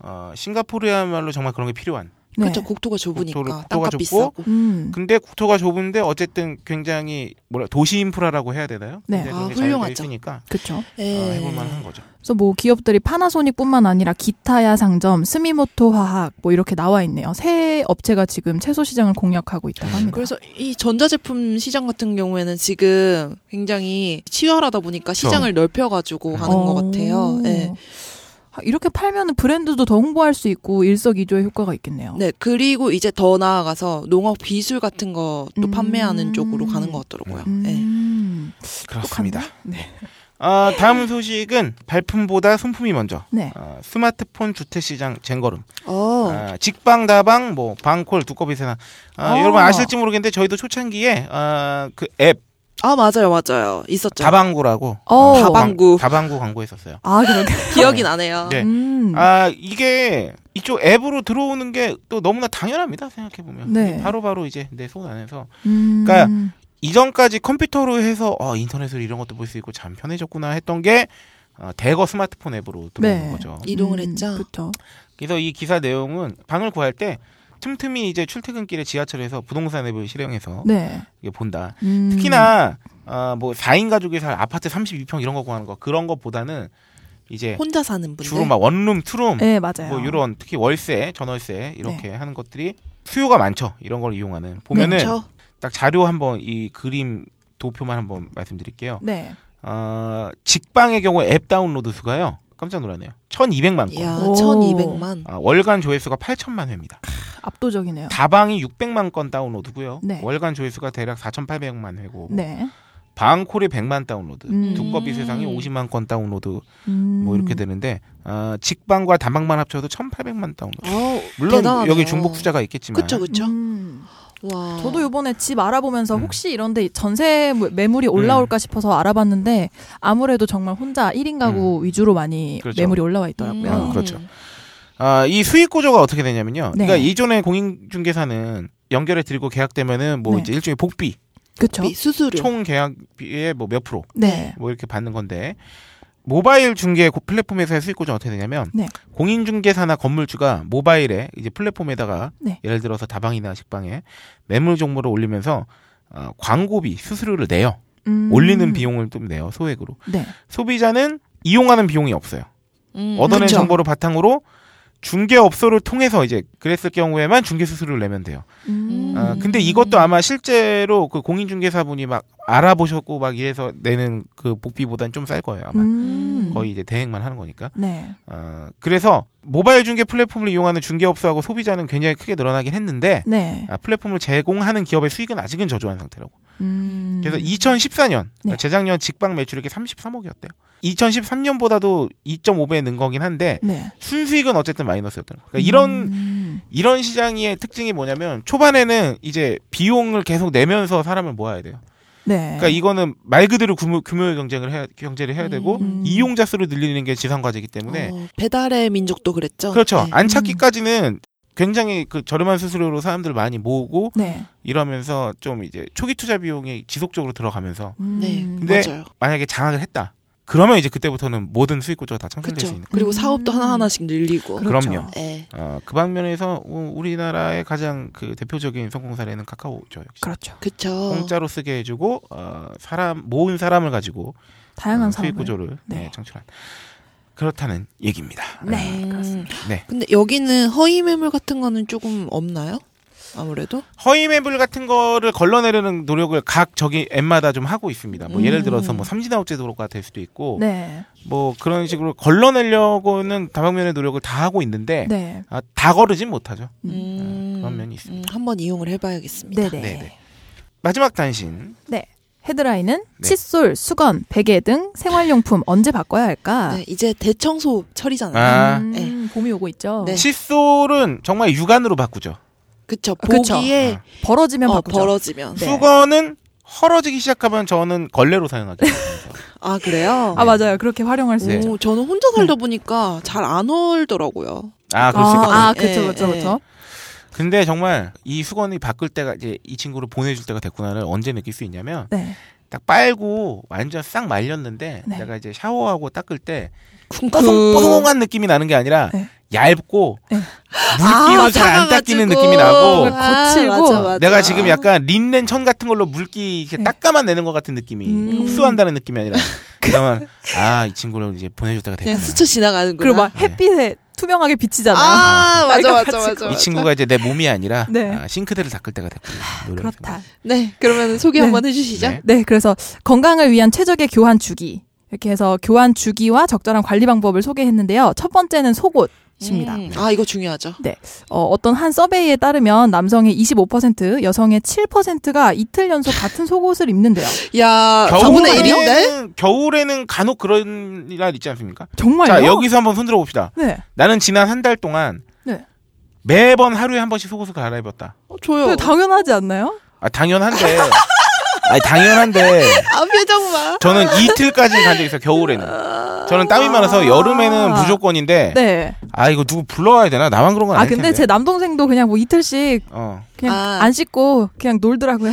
E: 어, 싱가포르야말로 정말 그런 게 필요한.
A: 네.
F: 그렇죠. 국토가 좁으니까
E: 국토를- 국토가
F: 땅값
E: 좁고
F: 비싸고.
A: 음.
E: 근데 국토가 좁은데 어쨌든 굉장히 뭐라 도시 인프라라고 해야 되나요?
A: 네.
E: 굉장히
F: 아,
E: 그런 게 자유가
F: 훌륭하죠.
E: 있으니까
A: 그렇죠.
E: 어,
F: 예.
E: 해볼만한 거죠.
A: 그래서 뭐 기업들이 파나소닉뿐만 아니라 기타야 상점, 스미모토 화학 뭐 이렇게 나와 있네요. 새 업체가 지금 채소 시장을 공략하고 있다고 합니다.
F: 그래서 이 전자제품 시장 같은 경우에는 지금 굉장히 치열하다 보니까 시장을 넓혀가지고 가는 것 같아요.
A: 오.
F: 예.
A: 어. 아, 이렇게 팔면은 브랜드도 더 홍보할 수 있고 일석이조의 효과가 있겠네요.
F: 네, 그리고 이제 더 나아가서 농업 기술 같은 것도
A: 음.
F: 판매하는 쪽으로 가는 것 같더라고요. 네.
A: 음.
E: 그렇습니다.
A: 똑같나? 네.
E: 아, 다음 소식은 발품보다 손품이 먼저.
A: 네.
E: 아, 스마트폰 주택 시장 쟁거름.
F: 어,
E: 아, 직방다방 뭐 방콜 두꺼비 세나. 아,
A: 어.
E: 여러분 아실지 모르겠는데 저희도 초창기에 아, 그앱
F: 아 맞아요, 맞아요, 있었죠.
E: 다방구라고.
A: 어.
E: 광-
F: 다방구.
E: 다방구 광고했었어요.
A: 아, 그러게.
F: 기억이 나네요.
E: 네.
A: 음.
E: 아 이게 이쪽 앱으로 들어오는 게 또 너무나 당연합니다 생각해 보면
A: 네.
E: 바로바로 이제 내 손 안에서
A: 음.
E: 그러니까 이전까지 컴퓨터로 해서 아 인터넷으로 이런 것도 볼 수 있고 참 편해졌구나 했던 게 어, 대거 스마트폰 앱으로 들어오는
A: 네.
E: 거죠.
F: 이동을 했죠.
A: 그렇죠.
E: 그래서 이 기사 내용은 방을 구할 때 틈틈이 이제 출퇴근길에 지하철에서 부동산 앱을 실행해서
A: 네.
E: 이게 본다.
A: 음.
E: 특히나 아, 뭐 4인 가족이 살 아파트 32평 이런 거 구하는 거 그런 것보다는 이제
F: 혼자 사는 분들.
E: 주로 막 원룸, 투룸
A: 네, 맞아요.
E: 뭐 이런 특히 월세, 전월세 이렇게 하는 것들이 수요가 많죠. 이런 걸 이용하는 보면은
F: 그렇죠.
E: 딱 자료 한번 이 그림 도표만 한번 말씀드릴게요.
A: 네.
E: 어, 직방의 경우 앱 다운로드 수가요. 깜짝 놀라네요. 1,200만 건.
F: 이야,
A: 오.
F: 1,200만.
E: 아, 월간 조회수가 8천만 회입니다.
F: 아.
A: 압도적이네요.
E: 다방이 600만 건 다운로드고요.
A: 네.
E: 월간 조회수가 대략 4,800만 회고
A: 네.
E: 방콜이 100만 다운로드,
A: 음.
E: 두꺼비 세상이 50만 건 다운로드
A: 음.
E: 뭐 이렇게 되는데 어, 직방과 다방만 합쳐도 1,800만 다운로드.
F: 어,
E: 물론
F: 대단하네요.
E: 여기 중복 투자가 있겠지만
F: 그쵸, 그쵸.
A: 음.
F: 와.
A: 저도 요번에 집 알아보면서
E: 어. 음. 네.
A: 혹시 이런데 전세 뭐- 매물이 올라올까 싶어서 알아봤는데 아무래도 정말 혼자 1인 가구 위주로 많이
E: 그렇죠.
A: 매물이 올라와 있더라고요.
E: 아, 그렇죠. 아, 이 수익 구조가 어떻게 되냐면요.
A: 네.
E: 그러니까 이전에 공인중개사는 연결해 드리고 계약되면은 뭐
A: 네.
E: 이제 일종의 복비,
A: 그렇죠?
F: 비- 수수료.
E: 총 계약비의 뭐 몇 프로
A: 네.
E: 뭐 이렇게 받는 건데 모바일 중개 고- 플랫폼에서의 수익 구조는 어떻게 되냐면
A: 네.
E: 공인중개사나 건물주가 모바일에 이제 플랫폼에다가
A: 네.
E: 예를 들어서 다방이나 식방에 매물 정보를 올리면서 어, 광고비 수수료를 내요.
A: 음.
E: 올리는 비용을 좀 내요 소액으로.
A: 네.
E: 소비자는 이용하는 비용이 없어요.
F: 음,
E: 얻어낸
A: 그렇죠.
F: 그쵸.
E: 정보를 바탕으로 중개업소를 통해서 이제 그랬을 경우에만 중개수수료를 내면 돼요.
A: 음.
E: 아, 근데 이것도 아마 실제로 그 공인중개사분이 막 알아보셨고 막 이래서 내는 그 복비보단 좀 쌀 거예요. 아마
A: 음.
E: 거의 이제 대행만 하는 거니까.
A: 네.
E: 아, 그래서 모바일 중개 플랫폼을 이용하는 중개업소하고 소비자는 굉장히 크게 늘어나긴 했는데
A: 네.
E: 아, 플랫폼을 제공하는 기업의 수익은 아직은 저조한 상태라고.
A: 음.
E: 그래서 2014년 그러니까
A: 네.
E: 재작년 직방 매출액이 33억이었대요. 2013년보다도 2.5배 는 거긴 한데
A: 네.
E: 순수익은 어쨌든 마이너스였던 거. 그러니까 이런
A: 음.
E: 이런 시장의 특징이 뭐냐면 초반에는 이제 비용을 계속 내면서 사람을 모아야 돼요.
A: 네.
E: 그러니까 이거는 말 그대로 규모, 규모 경쟁을 해야, 경제를 해야 되고
A: 음.
E: 이용자 수를 늘리는 게 지상 과제이기 때문에
F: 어, 배달의 민족도 그랬죠.
E: 그렇죠.
F: 네.
E: 안
A: 음.
E: 찾기까지는 굉장히 그 저렴한 수수료로 사람들 많이 모으고
A: 네.
E: 이러면서 좀 이제 초기 투자 비용이 지속적으로 들어가면서
A: 음.
F: 네,
E: 근데-
F: 맞아요.
E: 만약에 장악을 했다. 그러면 이제 그때부터는 모든 수익 구조가 다
F: 그
E: 창출될 수
F: 쵸
E: 있는. 음.
F: 그리고 사업도 하나하나씩 늘리고.
E: 그럼요. 그렇죠.
F: 예.
E: 어, 그 방면에서 우- 우리나라의 가장 그 대표적인 성공 사례는 카카오죠. 역시.
A: 그렇죠.
F: 그쵸.
E: 공짜로 쓰게 해주고 어, 사람 모은 사람을 가지고
A: 다양한
E: 어,
A: 사업.
E: 수익 구조를
A: 네.
E: 네, 창출한 그렇다는 얘기입니다.
A: 네.
F: 음.
E: 네.
F: 근데 여기는 허위 매물 같은 거는 조금 없나요? 아무래도?
E: 허위 매물 같은 거를 걸러내려는 노력을 각 저기 앱마다 좀 하고 있습니다. 뭐
F: 음.
E: 예를 들어서 뭐 삼진아웃 제도가 될 수도 있고
A: 네.
E: 뭐 그런 식으로 걸러내려고는 다방면의 노력을 다 하고 있는데
A: 네.
E: 아, 다 거르진 못하죠.
F: 음.
E: 그런 면이 있습니다.
F: 음, 한번 이용을 해봐야겠습니다.
A: 네.
E: 네,
A: 네.
E: 네. 마지막 단신
A: 헤드라인은
E: 네.
A: 칫솔, 수건, 베개 등 생활용품 언제 바꿔야 할까?
F: 네, 이제 대청소 철이잖아요.
E: 아.
A: 음,
F: 네.
A: 봄이 오고 있죠.
F: 네.
E: 칫솔은 정말 육안으로 바꾸죠.
F: 그쵸.
A: 그쵸. 아.
F: 보기에
A: 벌어지면
F: 어,
A: 바꾸죠.
F: 벌어지면.
A: 네.
E: 수건은 헐어지기 시작하면 저는 걸레로 사용하게 됩니다.
F: 아, 그래요?
A: 아 맞아요. 그렇게 활용할 수
E: 네.
A: 있죠.
F: 오, 어, 저는 혼자 살다 보니까 잘 안 헐더라고요.
E: 아, 그럴 수 있겠다.
A: 아, 아,
F: 있겠다.
A: 그렇죠,
F: 예,
A: 그렇죠,
F: 예.
A: 그렇죠.
E: 근데 정말 이 수건이 바꿀 때가 이제 이 친구를 보내줄 때가 됐구나를 언제 느낄 수 있냐면
A: 네,
E: 딱 빨고 완전 싹 말렸는데
A: 네.
E: 내가 이제 샤워하고 닦을 때
F: 그-
E: 뽀송뽀송한 느낌이 나는 게 아니라
A: 네.
E: 얇고
A: 네.
F: 아,
E: 물기로 잘 안 닦이는 느낌이 나고
A: 정말 거칠고.
E: 내가 지금 약간 린넨 천 같은 걸로 물기 이렇게
A: 네.
E: 닦아만 내는 것 같은 느낌이
A: 음.
E: 흡수한다는
A: (laughs)
E: 느낌이 아니라 그러면 아 이 친구를 이제 보내줄 때가
A: 네,
F: 그냥
E: 됐구나
F: 스쳐 지나가는구나.
A: 그리고 막 햇빛에 투명하게 비치잖아.
F: 아, 맞아, 맞아,
A: 낡아가지고.
F: 맞아.
E: 이 친구가 이제 내 몸이 아니라
A: 네. 아,
E: 아, 싱크대를 닦을 때가 됐구나 노래를
A: 그렇다.
F: 네, 그러면 소개
A: 네.
F: 한번 해주시죠.
E: 네.
A: 네, 그래서 건강을 위한 최적의 교환 주기 이렇게 해서 교환 주기와 적절한 관리 방법을 소개했는데요. 첫 번째는 속옷입니다.
E: 네.
F: 음, 아, 이거 중요하죠.
A: 어, 어떤 한 서베이에 따르면 남성의 25%, 여성의 7%가 이틀 연속 같은 속옷을 입는데요.
F: 야, 4분의 1인데?
E: 겨울에는 겨울에는 간혹 그런 날 있지 않습니까?
A: 정말요?
E: 자 여기서 한번 손들어 봅시다.
A: 네.
E: 나는 지난 한 달 동안
A: 네.
E: 매번 하루에 한 번씩 속옷을 갈아입었다.
F: 저요.
A: 네, 당연하지 않나요?
E: 아 당연한데, (laughs) 아니 당연한데
F: 아, 표정
A: (laughs)
F: 봐.
E: 저는 이틀까지 간 적 있어 요 겨울에는. 저는 땀이 많아서 여름에는 무조건인데
A: 네.
E: 아 이거 누구 불러와야 되나 나만 그런 건
A: 아,
E: 뭐 아닐
A: 근데
E: 텐데.
A: 제 남동생도 그냥 뭐 이틀씩
E: 어.
A: 그냥
F: 아. 네.
A: 안 씻고 그냥 놀더라고요.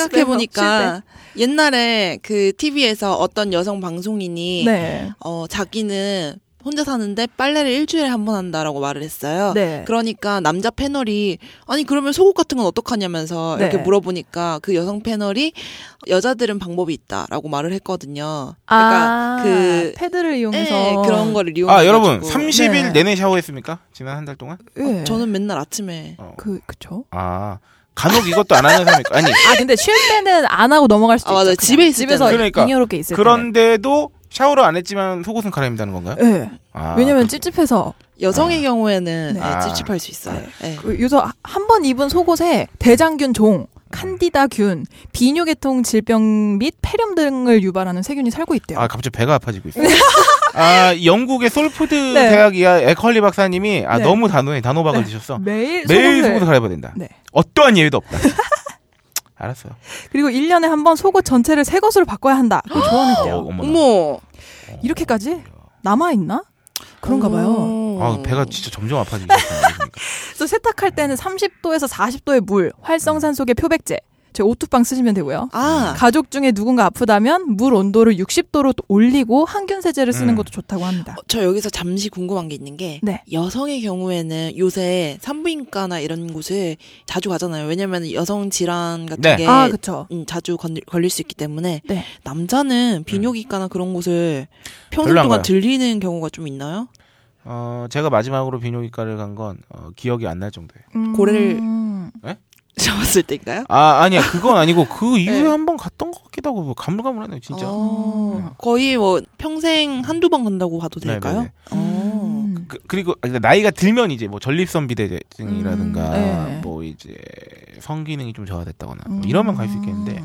F: 생각해보니까 옛날에 그 TV에서 어떤 여성 방송인이
A: 네.
F: 어, 자기는 혼자 사는데 빨래를 일주일에 한 번 한다라고 말을 했어요.
A: 네.
F: 그러니까 남자 패널이 아니 그러면 속옷 같은 건 어떡하냐면서
A: 네.
F: 이렇게 물어보니까 그 여성 패널이 여자들은 방법이 있다라고 말을 했거든요.
A: 아,
F: 그러니까 그
A: 패드를 이용해서
F: 예, 그런 거를 이용해
E: 아 여러분
F: 가지고.
E: 30일
A: 네.
E: 내내 샤워했습니까? 지난 한 달 동안?
A: 예.
F: 네. 어, 저는 맨날 아침에
E: 어.
A: 그 그쵸?
E: 아 간혹 이것도 안 하는 사람이
A: (laughs)
E: 아니
A: 아 근데 쉴 때는 안 하고 넘어갈 수도
F: 아, 맞아요.
A: 있죠. 그냥.
F: 집에 있을
A: 집에서
E: 때는. 그러니까.
A: 잉여롭게 있을 때는.
E: 그런데도 샤워를 안 했지만 속옷은 갈아입는다는 건가요?
A: 예.
E: 아,
A: 왜냐면
E: 그렇군요.
A: 찝찝해서
E: 아.
F: 여성의 경우에는
A: 네.
F: 예, 찝찝할 수 있어요. 예.
A: 그 요새 한 번 입은 속옷에 대장균 종, 칸디다균, 비뇨계통 질병 및 폐렴 등을 유발하는 세균이 살고 있대요.
E: 아 갑자기 배가 아파지고 있어요.
A: (laughs)
E: 아 영국의 솔푸드
A: 네.
E: 대학이야 에컬리 박사님이 아
A: 네.
E: 너무 단호해 단호박을
A: 네.
E: 드셨어.
A: 매일,
E: 매일
A: 속옷을
E: 속옷을 갈아입어야 된다.
A: 네.
E: 어떠한 예외도
A: (laughs)
E: 없다. 알았어요.
A: 그리고 1년에 한 번 속옷 전체를 새 것으로 바꿔야 한다. 그걸
E: 어,
A: 조언했대요.
E: 어머나.
F: 어머.
A: 이렇게까지 남아 있나? 그런가 봐요.
F: 어.
E: 아 배가 진짜 점점 아파지고 있어요.
A: 그래서 세탁할 때는 30도에서 40도의 물, 활성산 속의 표백제, 제 오뚜빵 쓰시면 되고요.
F: 아,
E: 음.
A: 가족 중에 누군가 아프다면 물 온도를 60도로 올리고 항균 세제를 쓰는
E: 음.
A: 것도 좋다고 합니다.
F: 어, 저 여기서 잠시 궁금한 게 있는 게
A: 네.
F: 여성의 경우에는 요새 산부인과나 이런 곳에 자주 가잖아요. 왜냐면 여성 질환 같은
E: 네.
F: 게
A: 아, 그렇죠.
F: 음, 자주 건, 걸릴 수 있기 때문에
A: 네.
F: 남자는 비뇨기과나 그런 곳을 평생
E: 별로 안
F: 동안
E: 가요.
F: 들리는 경우가 좀 있나요? (laughs)
E: 어 제가 마지막으로 비뇨기과를 간 건 어, 기억이 안 날 정도예요.
F: 고래를-
A: 음.
F: 잡았을 때인가요?
E: 아 아니야 그건
A: (laughs)
E: 아니고 그 이후에
F: 네.
E: 한 번 갔던 것 같기도 하고 뭐 가물가물하네요 진짜.
A: 음.
F: 어, 거의 뭐 평생 한두 번 간다고 봐도
E: 네,
F: 될까요?
E: 네,
F: 어.
A: 음.
E: 그, 리고 나이가 들면 이제 뭐 전립선 비대증이라든가
A: 음, 네. 음.
E: 뭐 이제 성기능이 좀 저하됐다거나 뭐 이러면 갈 수 있겠는데
F: 네,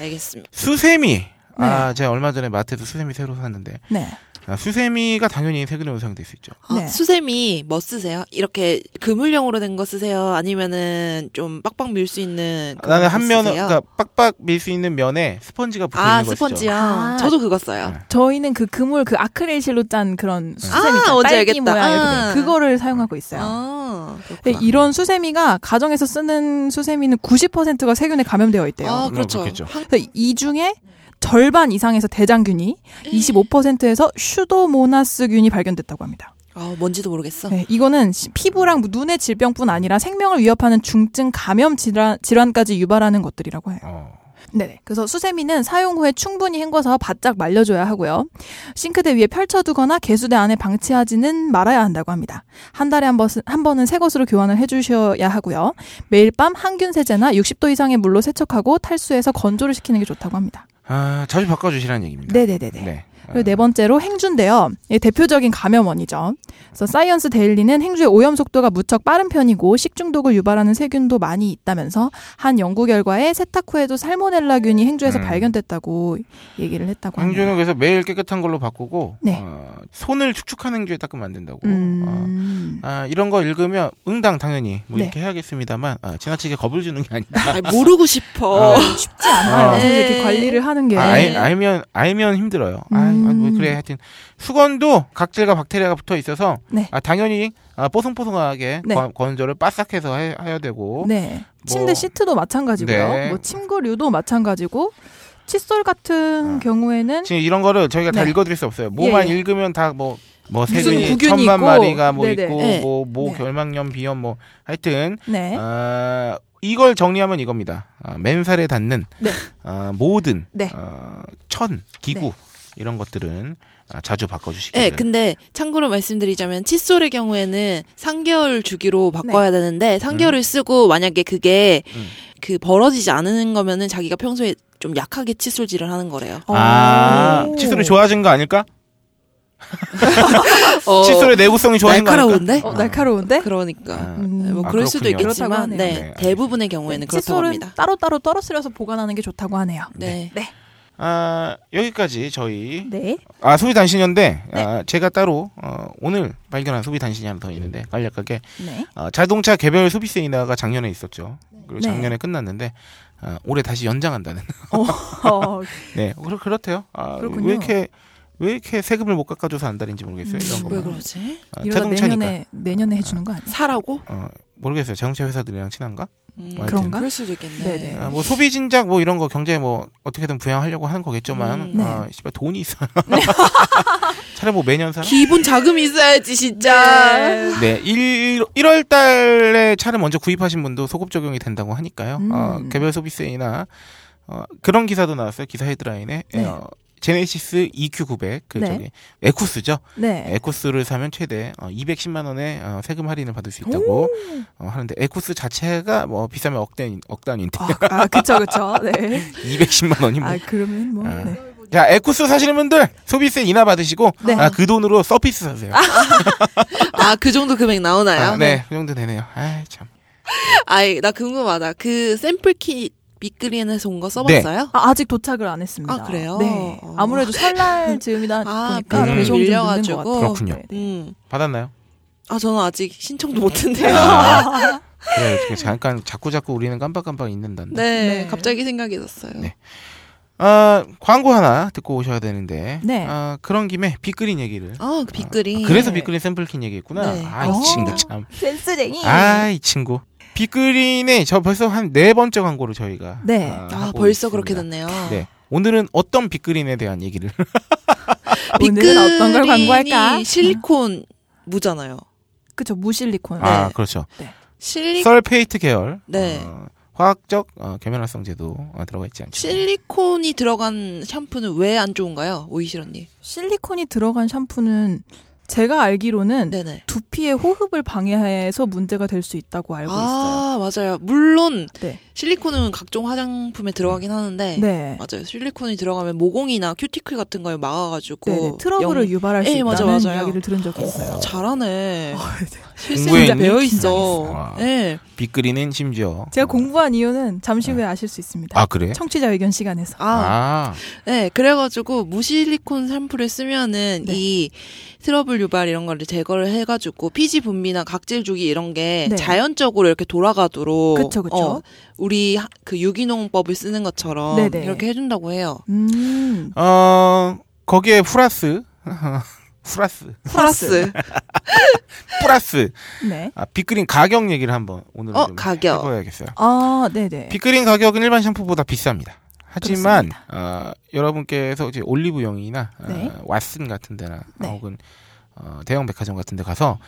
F: 알겠습니다. 네.
E: 수세미. 아, 제가 얼마 전에 마트에서 수세미 새로 샀는데
A: 네.
E: 아, 수세미가 당연히 세금으로 사용될 수 있죠.
F: 아,
A: 네.
F: 수세미 뭐 쓰세요? 이렇게 그물형으로 된 거 쓰세요? 아니면은 좀 빡빡 밀 수 있는 그런
E: 나는
F: 거
E: 한 면은
F: 쓰세요?
E: 그러니까 빡빡 밀 수 있는 면에 스펀지가 붙어 있는
F: 아
E: 거죠. 네.
F: 스펀지요.
A: 아.
F: 저도 그거 써요.
A: 저희는 그 그물 그 아크릴실로 짠 그런 수세미
F: 아, 뭔지
A: 딸기
F: 알겠다.
A: 모양 이렇게 된
F: 아.
A: 그거를 사용하고 있어요.
F: 아,
A: 근데 네, 이런 수세미가 가정에서 쓰는 수세미는 90%가 세균에 감염되어 있대요.
F: 아
E: 음,
F: 그렇죠.
E: 그렇겠죠.
F: 한-
A: 그래서 이 중에 절반 이상에서 대장균이
F: 음.
A: 25%에서 슈도모나스균이 발견됐다고 합니다.
F: 아 뭔지도 모르겠어.
A: 네, 이거는 시- 피부랑 눈의 질병뿐 아니라 생명을 위협하는 중증 감염 질환, 질환까지 유발하는 것들이라고 해요.
E: 어.
A: 네. 그래서 수세미는 사용 후에 충분히 헹궈서 바짝 말려줘야 하고요. 싱크대 위에 펼쳐두거나 개수대 안에 방치하지는 말아야 한다고 합니다. 한 달에 한, 번, 한 번은 새 것으로 교환을 해주셔야 하고요. 매일 밤 항균 세제나 60도 이상의 물로 세척하고 탈수해서 건조를 시키는 게 좋다고 합니다.
E: 아, 자주 바꿔 주시라는 얘기입니다.
A: 네네네네.
E: 네.
A: 그리고 네 번째로 행주인데요. 예, 대표적인 감염원이죠. 그래서 사이언스 데일리는 행주의 오염 속도가 무척 빠른 편이고 식중독을 유발하는 세균도 많이 있다면서 한 연구 결과에 세탁 후에도 살모넬라균이 행주에서
E: 음.
A: 발견됐다고 얘기를 했다고 합니다.
E: 행주는 그래서 매일 깨끗한 걸로 바꾸고
A: 네.
E: 어, 손을 축축하는 행주에 닦으면 안 된다고.
A: 음.
E: 어, 아, 이런 거 읽으면 응당 당연히 뭐
A: 네.
E: 이렇게 해야겠습니다만 아, 지나치게 겁을 주는 게 아니다.
F: 아니, 모르고 싶어.
A: 쉽지 않아요.
E: 아.
A: 사실 이렇게 관리를 하는 게.
E: 아, 알, 알면 알면 힘들어요. 아, 아, 뭐
A: 예. 음.
E: 그래 하여튼 수건도 각질과 박테리아가 붙어 있어서
A: 네.
E: 아, 당연히 아, 뽀송뽀송하게
A: 네.
E: 건- 건조를 바싹해서 해, 해야 되고
A: 네. 침대 시트도 마찬가지고요.
E: 뭐. 네.
A: 뭐 침구류도 마찬가지고 칫솔
E: 아.
A: 같은 경우에는
E: 지금 이런 거를 저희가 다
A: 네.
E: 읽어드릴 수 없어요. 뭐만
A: 예, 예.
E: 읽으면 다 뭐 뭐
A: 무슨
E: 세균이
A: 구균이
E: 천만
A: 있고,
E: 마리가 뭐
A: 네네.
E: 있고
F: 네.
E: 뭐모
A: 네.
E: 결막염 비염 뭐 하여튼
A: 네.
E: 아, 이걸 정리하면 이겁니다. 아, 맨살에 닿는
A: 네.
E: 아, 모든
A: 네.
E: 어, 천 기구 이런 것들은 아, 자주 바꿔주시기
A: 예,
F: 네,
E: 바랍니다.
F: 근데 참고로 말씀드리자면 칫솔의 경우에는 3개월 주기로 바꿔야 되는데 3개월을 쓰고 만약에 그게
E: 음.
F: 그 벌어지지 않은 거면은 자기가 평소에 좀 약하게 칫솔질을 하는 거래요.
A: 어.
E: 아,
A: 오.
E: 칫솔이 좋아진 거 아닐까?
F: 어,
E: 칫솔의 내구성이 좋아진 거 아닐까?
F: 날카로운데?
A: 어, 날카로운데?
F: 그러니까
A: 음.
F: 네, 뭐
E: 아,
F: 그럴 수도
E: 그렇군요.
A: 그렇다고
F: 있겠지만
A: 하네요.
F: 네,
E: 네,
F: 대부분의 경우에는 그렇다고
A: 칫솔은
F: 합니다.
A: 따로따로 떨어뜨려서 보관하는 게 좋다고 하네요.
F: 네.
E: 아, 여기까지 저희
A: 네.
E: 아 소비 단신인데 아, 제가 따로 어, 오늘 발견한 소비 단신이 하나 더 있는데 간략하게
A: 네.
E: 아, 자동차 개별 소비세 인하가 작년에 있었죠. 그리고
A: 네.
E: 작년에 끝났는데 아, 올해 다시 연장한다는. (laughs)
A: 어,
F: 아,
E: 네, 그렇 그렇대요. 아,
A: 그렇군요.
E: 왜 이렇게 왜 이렇게 세금을 못 깎아줘서 안달인지 모르겠어요. 이런 거.
F: 왜 그러지?
E: 아,
A: 음, 이러다
E: 자동차니까.
A: 내년에 내년에 해주는 거 아니에요?
F: 사라고?
E: 어, 모르겠어요. 자동차 회사들이랑 친한가?
F: 음,
E: 뭐
A: 그런가?
F: 그럴 수도 있겠네.
A: 네네.
E: 아, 뭐 소비 진작 뭐 이런 거 경제 뭐 어떻게든 부양하려고 하는 거겠지만
F: 음.
A: 네.
E: 아, 씨발 돈이 있어요. (laughs) 차라리 뭐 매년 사나?
F: 기본 자금이 있어야지 진짜.
E: 네, 1, 월 달에 차를 먼저 구입하신 분도 소급 적용이 된다고 하니까요. 어,
A: 음.
E: 개별 소비세이나 어, 그런 기사도 나왔어요. 기사 헤드라인에.
A: 네.
E: 어, 제네시스 EQ900, 그
A: 네.
E: 저기 에쿠스죠.
A: 네.
E: 에쿠스를 사면 최대 어, 210만 원의 어, 세금 할인을 받을 수 있다고 어, 하는데 에쿠스 자체가 뭐 비싸면 억단 억단인데
A: 아, 아 그쵸 그쵸. 네.
E: 210만 (laughs) 원이 뭐.
A: 아 그러면 뭐.
E: 아.
A: 네.
E: 자, 에쿠스 사시는 분들 소비세 인하 받으시고
A: 네.
E: 아, 그 돈으로 서피스 사세요.
F: 아, 그 정도 금액 나오나요?
E: 아, 네, 그 정도 되네요. 아, 참.
F: 아이, 나 궁금하다. 그 샘플 킷 미끄리엔에서 온 거
E: 네.
F: 써봤어요?
A: 아, 아직 도착을 안 했습니다.
F: 아, 그래요?
A: 네.
F: 어.
A: 아무래도 설날 즈음이다
F: (laughs) 아,
A: 보니까
E: 배송이
A: 배송이 좀 늦는
F: 밀려가지고.
A: 것 같아요.
E: 그렇군요.
A: 네.
F: 음.
E: 받았나요?
F: 아, 저는 아직 신청도 못했네요.
E: 아, 그래, 지금 잠깐 자꾸 자꾸 우리는 깜빡깜빡 잊는단다.
F: (laughs) 네,
A: 네.
F: 갑자기 생각이 났어요.
E: 네. 아, 광고 하나 듣고 오셔야 되는데.
A: 네.
E: 아, 그런 김에 빅그린 얘기를.
F: 아, 그 빅그린.
E: 아, 그래서 빅그린 샘플킨 얘기했구나.
F: 네. 예.
E: 아, 이
A: 어.
E: 친구 참.
A: 센스쟁이.
E: 아 이 친구 빅그린의 저 벌써 한 네 번째 광고를 저희가
A: 네.
F: 아,
E: 하고
F: 벌써
E: 있습니다.
F: 그렇게 됐네요.
E: 네 오늘은 어떤 빅그린에 대한 얘기를
A: 아, 오늘은 어떤 걸 광고할까?
F: 빅그린이 실리콘 무잖아요.
A: 그쵸
F: 어,
A: 무실리콘.
F: 네.
E: 아 그렇죠
F: 실리
E: 썰페이트 계열
F: 네.
E: 어, 화학적 어, 계면활성제도 어, 들어가 있지 않죠
F: 실리콘이 들어간 샴푸는 왜 안 좋은가요? 오이실 언니.
A: 실리콘이 들어간 샴푸는 제가 알기로는
F: 네네.
A: 두피의 호흡을 방해해서 문제가 될 수 있다고 알고 있어요.
F: 아, 맞아요. 물론
A: 네.
F: 실리콘은 각종 화장품에 들어가긴 하는데
A: 네.
F: 맞아요. 실리콘이 들어가면 모공이나 큐티클 같은 거에 막아가지고
A: 네네, 트러블을
F: 영-
A: 유발할 수
F: 예, 맞아,
A: 있다는
F: 맞아요.
A: 이야기를 들은 적이 있어요.
F: 잘하네.
E: 공부에
F: 실습이
E: 있는
F: 배어
E: 와.
F: 있어. 예.
E: 빅그린은 심지어
A: 제가 공부한 이유는 잠시 후에 아실 수 있습니다.
E: 아 그래?
A: 청취자 의견 시간에서.
F: 네. 아,
E: 아,
F: 네, 그래가지고 무실리콘 샴푸를 쓰면은
A: 네.
F: 이 트러블 유발 이런 거를 제거를 해가지고 피지 분비나 각질 주기 이런 게
A: 네.
F: 자연적으로 이렇게 돌아가도록
A: 그쵸, 그쵸.
F: 어, 우리 하- 그 유기농법을 쓰는 것처럼
A: 네네.
F: 이렇게 해준다고 해요.
A: 음.
E: 어 거기에 플러스 (laughs) 플러스
F: 플러스
E: 플러스
A: 네.
E: 아, 빅그린 가격 얘기를 한번 오늘
F: 어,
E: 좀
F: 가격.
E: 해봐야겠어요.
A: 아, 네네.
E: 빅그린 가격은 일반 샴푸보다 비쌉니다. 하지만
A: 그렇습니다.
E: 어, 여러분께서 이제 올리브영이나 어,
A: 네.
E: 왓슨 같은 데나
A: 네.
E: 혹은 어, 대형 백화점 같은 데 가서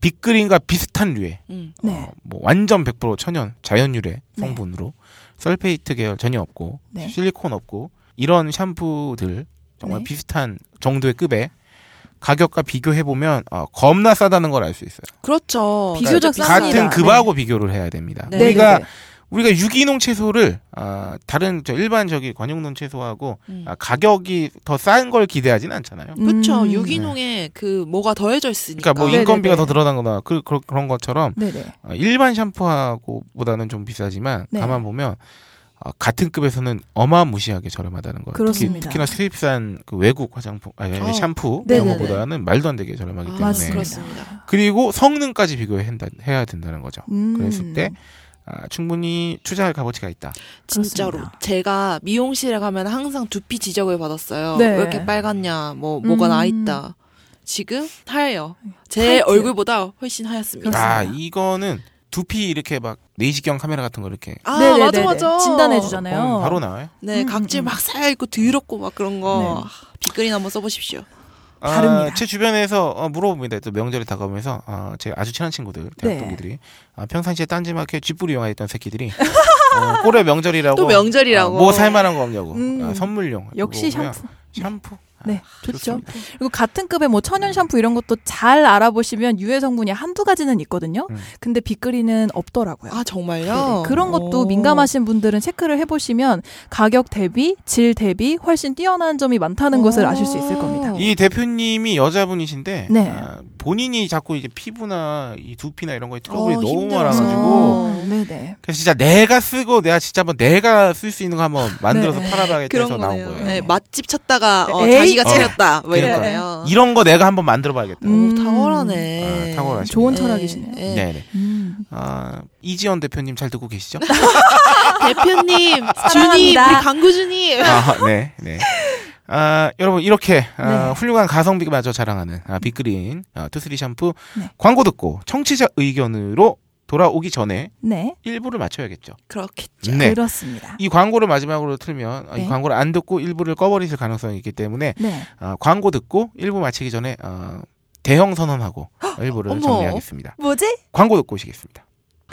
E: 빅그린과 비슷한 류의
F: 음.
A: 네.
E: 어, 뭐 완전 100% 천연 자연 유래
A: 네.
E: 성분으로 설페이트 계열 전혀 없고
A: 네.
E: 실리콘 없고 이런 샴푸들 정말
A: 네.
E: 비슷한 정도의 급에 가격과 비교해 보면 어, 겁나 싸다는 걸 알 수 있어요.
F: 그렇죠.
A: 비교적 쌉니다.
F: 진짜
A: 네.
E: 그러니까 같은
F: 비싸요.
E: 급하고 비교를 해야 됩니다.
F: 네.
E: 우리가
A: 네네네.
E: 우리가 유기농 채소를 아, 다른 저 일반 저기 관용농 채소하고
F: 음.
E: 아, 가격이 더 싼 걸 기대하진 않잖아요.
F: 그렇죠.
A: 음.
F: 유기농에 그 뭐가 더해져 있으니까.
E: 네. 그러니까 뭐
A: 네네네.
E: 인건비가 더 들어간거나 그, 그, 런 것처럼
A: 네네.
E: 어, 일반 샴푸하고보다는 좀 비싸지만
A: 네.
E: 가만 보면 어, 같은 급에서는 어마무시하게 저렴하다는 거.
A: 그렇습니다.
E: 특히, 나 수입산 그 외국 화장품 아니,
F: 어.
E: 샴푸 이런
A: 네네네.
E: 것보다는 말도 안 되게 저렴하기
F: 아,
E: 때문에
A: 맞습니다.
F: 그렇습니다.
E: 그리고 성능까지 비교해야 된다- 해야 된다는 거죠.
A: 음.
E: 그랬을 때 아, 충분히 투자할 값어치가 있다.
F: 진짜로
A: 그렇습니다.
F: 제가 미용실에 가면 항상 두피 지적을 받았어요.
A: 네.
F: 왜 이렇게 빨갛냐, 뭐 뭐가
A: 음.
F: 나 있다. 지금 하얘요. 제
A: 화이트.
F: 얼굴보다 훨씬 하얗습니다.
E: 아
A: 그렇습니다.
E: 이거는 두피 이렇게 막 내시경 카메라 같은 거 이렇게
F: 아,
A: 네네네네.
F: 맞아 맞아.
A: 진단해 주잖아요.
E: 보면 어, 바로 나와요.
F: 네,
A: 음, 음,
F: 각질
A: 음.
F: 막 살고 더럽고 막 그런 거
A: 네.
F: 아, 빗그린 한번 써보십시오.
E: 아,
A: 다릅니다.
E: 제 주변에서 어, 물어봅니다. 또 명절이 다가오면서 아, 제 아주 친한 친구들, 대학
A: 네.
E: 동기들이 아, 평상시에 딴지마켓 쥐뿌리 영화했던 새끼들이 어, 꼴에 명절이라고
F: 또 명절이라고.
E: 아, 뭐 살만한 거 없냐고
A: 음.
E: 아, 선물용
A: 역시
E: 그거고요.
A: 샴푸.
E: 샴푸 아,
A: 네, 좋죠.
E: 좋습니다. 네.
A: 그리고 같은 급의 뭐 천연 샴푸 이런 것도 잘 알아보시면 유해 성분이 한두 가지는 있거든요.
E: 음.
A: 근데 빗그리는 없더라고요.
F: 아 정말요?
A: 네, 그런 것도
F: 오.
A: 민감하신 분들은 체크를 해보시면 가격 대비, 질 대비 훨씬 뛰어난 점이 많다는
F: 오.
A: 것을 아실 수 있을
F: 어.
A: 겁니다.
E: 이 대표님이 여자분이신데
A: 네.
E: 아, 본인이 자꾸 이제 피부나 이 두피나 이런 거에
F: 어,
E: 트러블이 너무
F: 힘들어서.
E: 많아가지고
A: 어, 네네.
E: 그래서 진짜 내가 쓰고 내가 진짜 한번 내가 쓸 수 있는 거 한번 만들어서
A: 네.
E: 팔아봐야겠다
F: 그런
E: 해서 나온
F: 거네요.
E: 거예요.
F: 네, 맛집 찾다가 어,
A: 에이.
F: 자기가
E: 어.
F: 차렸다. 뭐
E: 그러니까.
F: 이러네요.
E: 이런 거 내가 한번 만들어봐야겠다.
A: 음.
F: 오, 탁월하네.
E: 아, 탁월하십니다.
A: 좋은
F: 네,
A: 철학이시네요.
F: 네.
E: 네네.
A: 음.
E: 아, 이지연 대표님 잘 듣고 계시죠?
F: (laughs)
E: (laughs)
F: (laughs) 대표님, 주님, 우리
D: 사랑합니다.
F: 강구 주님.
E: 아, 네, 네. 아, 여러분 이렇게
F: 네.
E: 아, 훌륭한 가성비마저 자랑하는 아, 빅그린 아, 투쓰리 샴푸
A: 네.
E: 광고 듣고 청취자 의견으로 돌아오기 전에
A: 네,
E: 일부를 맞춰야겠죠.
F: 그렇게
E: 네.
A: 그렇습니다.
E: 이 광고를 마지막으로 틀면 아, 이
A: 네.
E: 광고를 안 듣고 일부를 꺼버리실 가능성이 있기 때문에
A: 네,
E: 아, 광고 듣고 일부 마치기 전에 어, 대형
F: (gasps)
E: 선언하고 일부를
F: 어머.
E: 정리하겠습니다.
A: 뭐지?
E: 광고 듣고 오시겠습니다.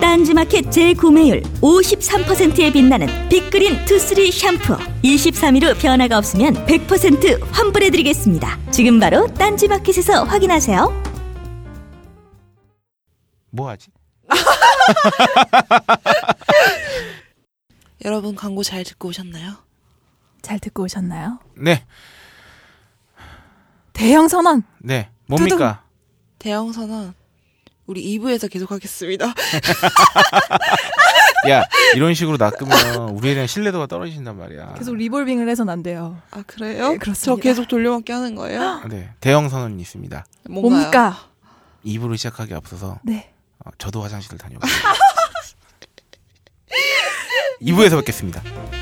I: 딴지마켓 재구매율 53%에 빛나는 빅그린 투쓰리 샴푸 23일 후 변화가 없으면 100% 환불해드리겠습니다 지금 바로 딴지마켓에서 확인하세요
E: 뭐 하지?
F: 여러분 광고 잘 듣고 오셨나요?
A: 잘 듣고 오셨나요?
E: 네,
A: 대형 선언.
E: 네. 뭡니까?
F: 대형 선언 우리 2부에서 계속하겠습니다.
E: 야, 이런 식으로 낚으면 우리에 대한 신뢰도가 떨어진단 말이야.
A: 계속 리볼빙을 해선 안 돼요.
F: 아 그래요?
A: 네, 그렇습니다.
F: 저 계속 돌려막기 하는 거예요?
E: 네, 대형 선언이 있습니다.
F: 뭔가요?
A: 뭡니까?
E: 입으로 시작하기 앞서서
A: 네. (laughs)
E: 어, 저도 화장실을 다녀오겠습니다. 2부에서 뵙겠습니다.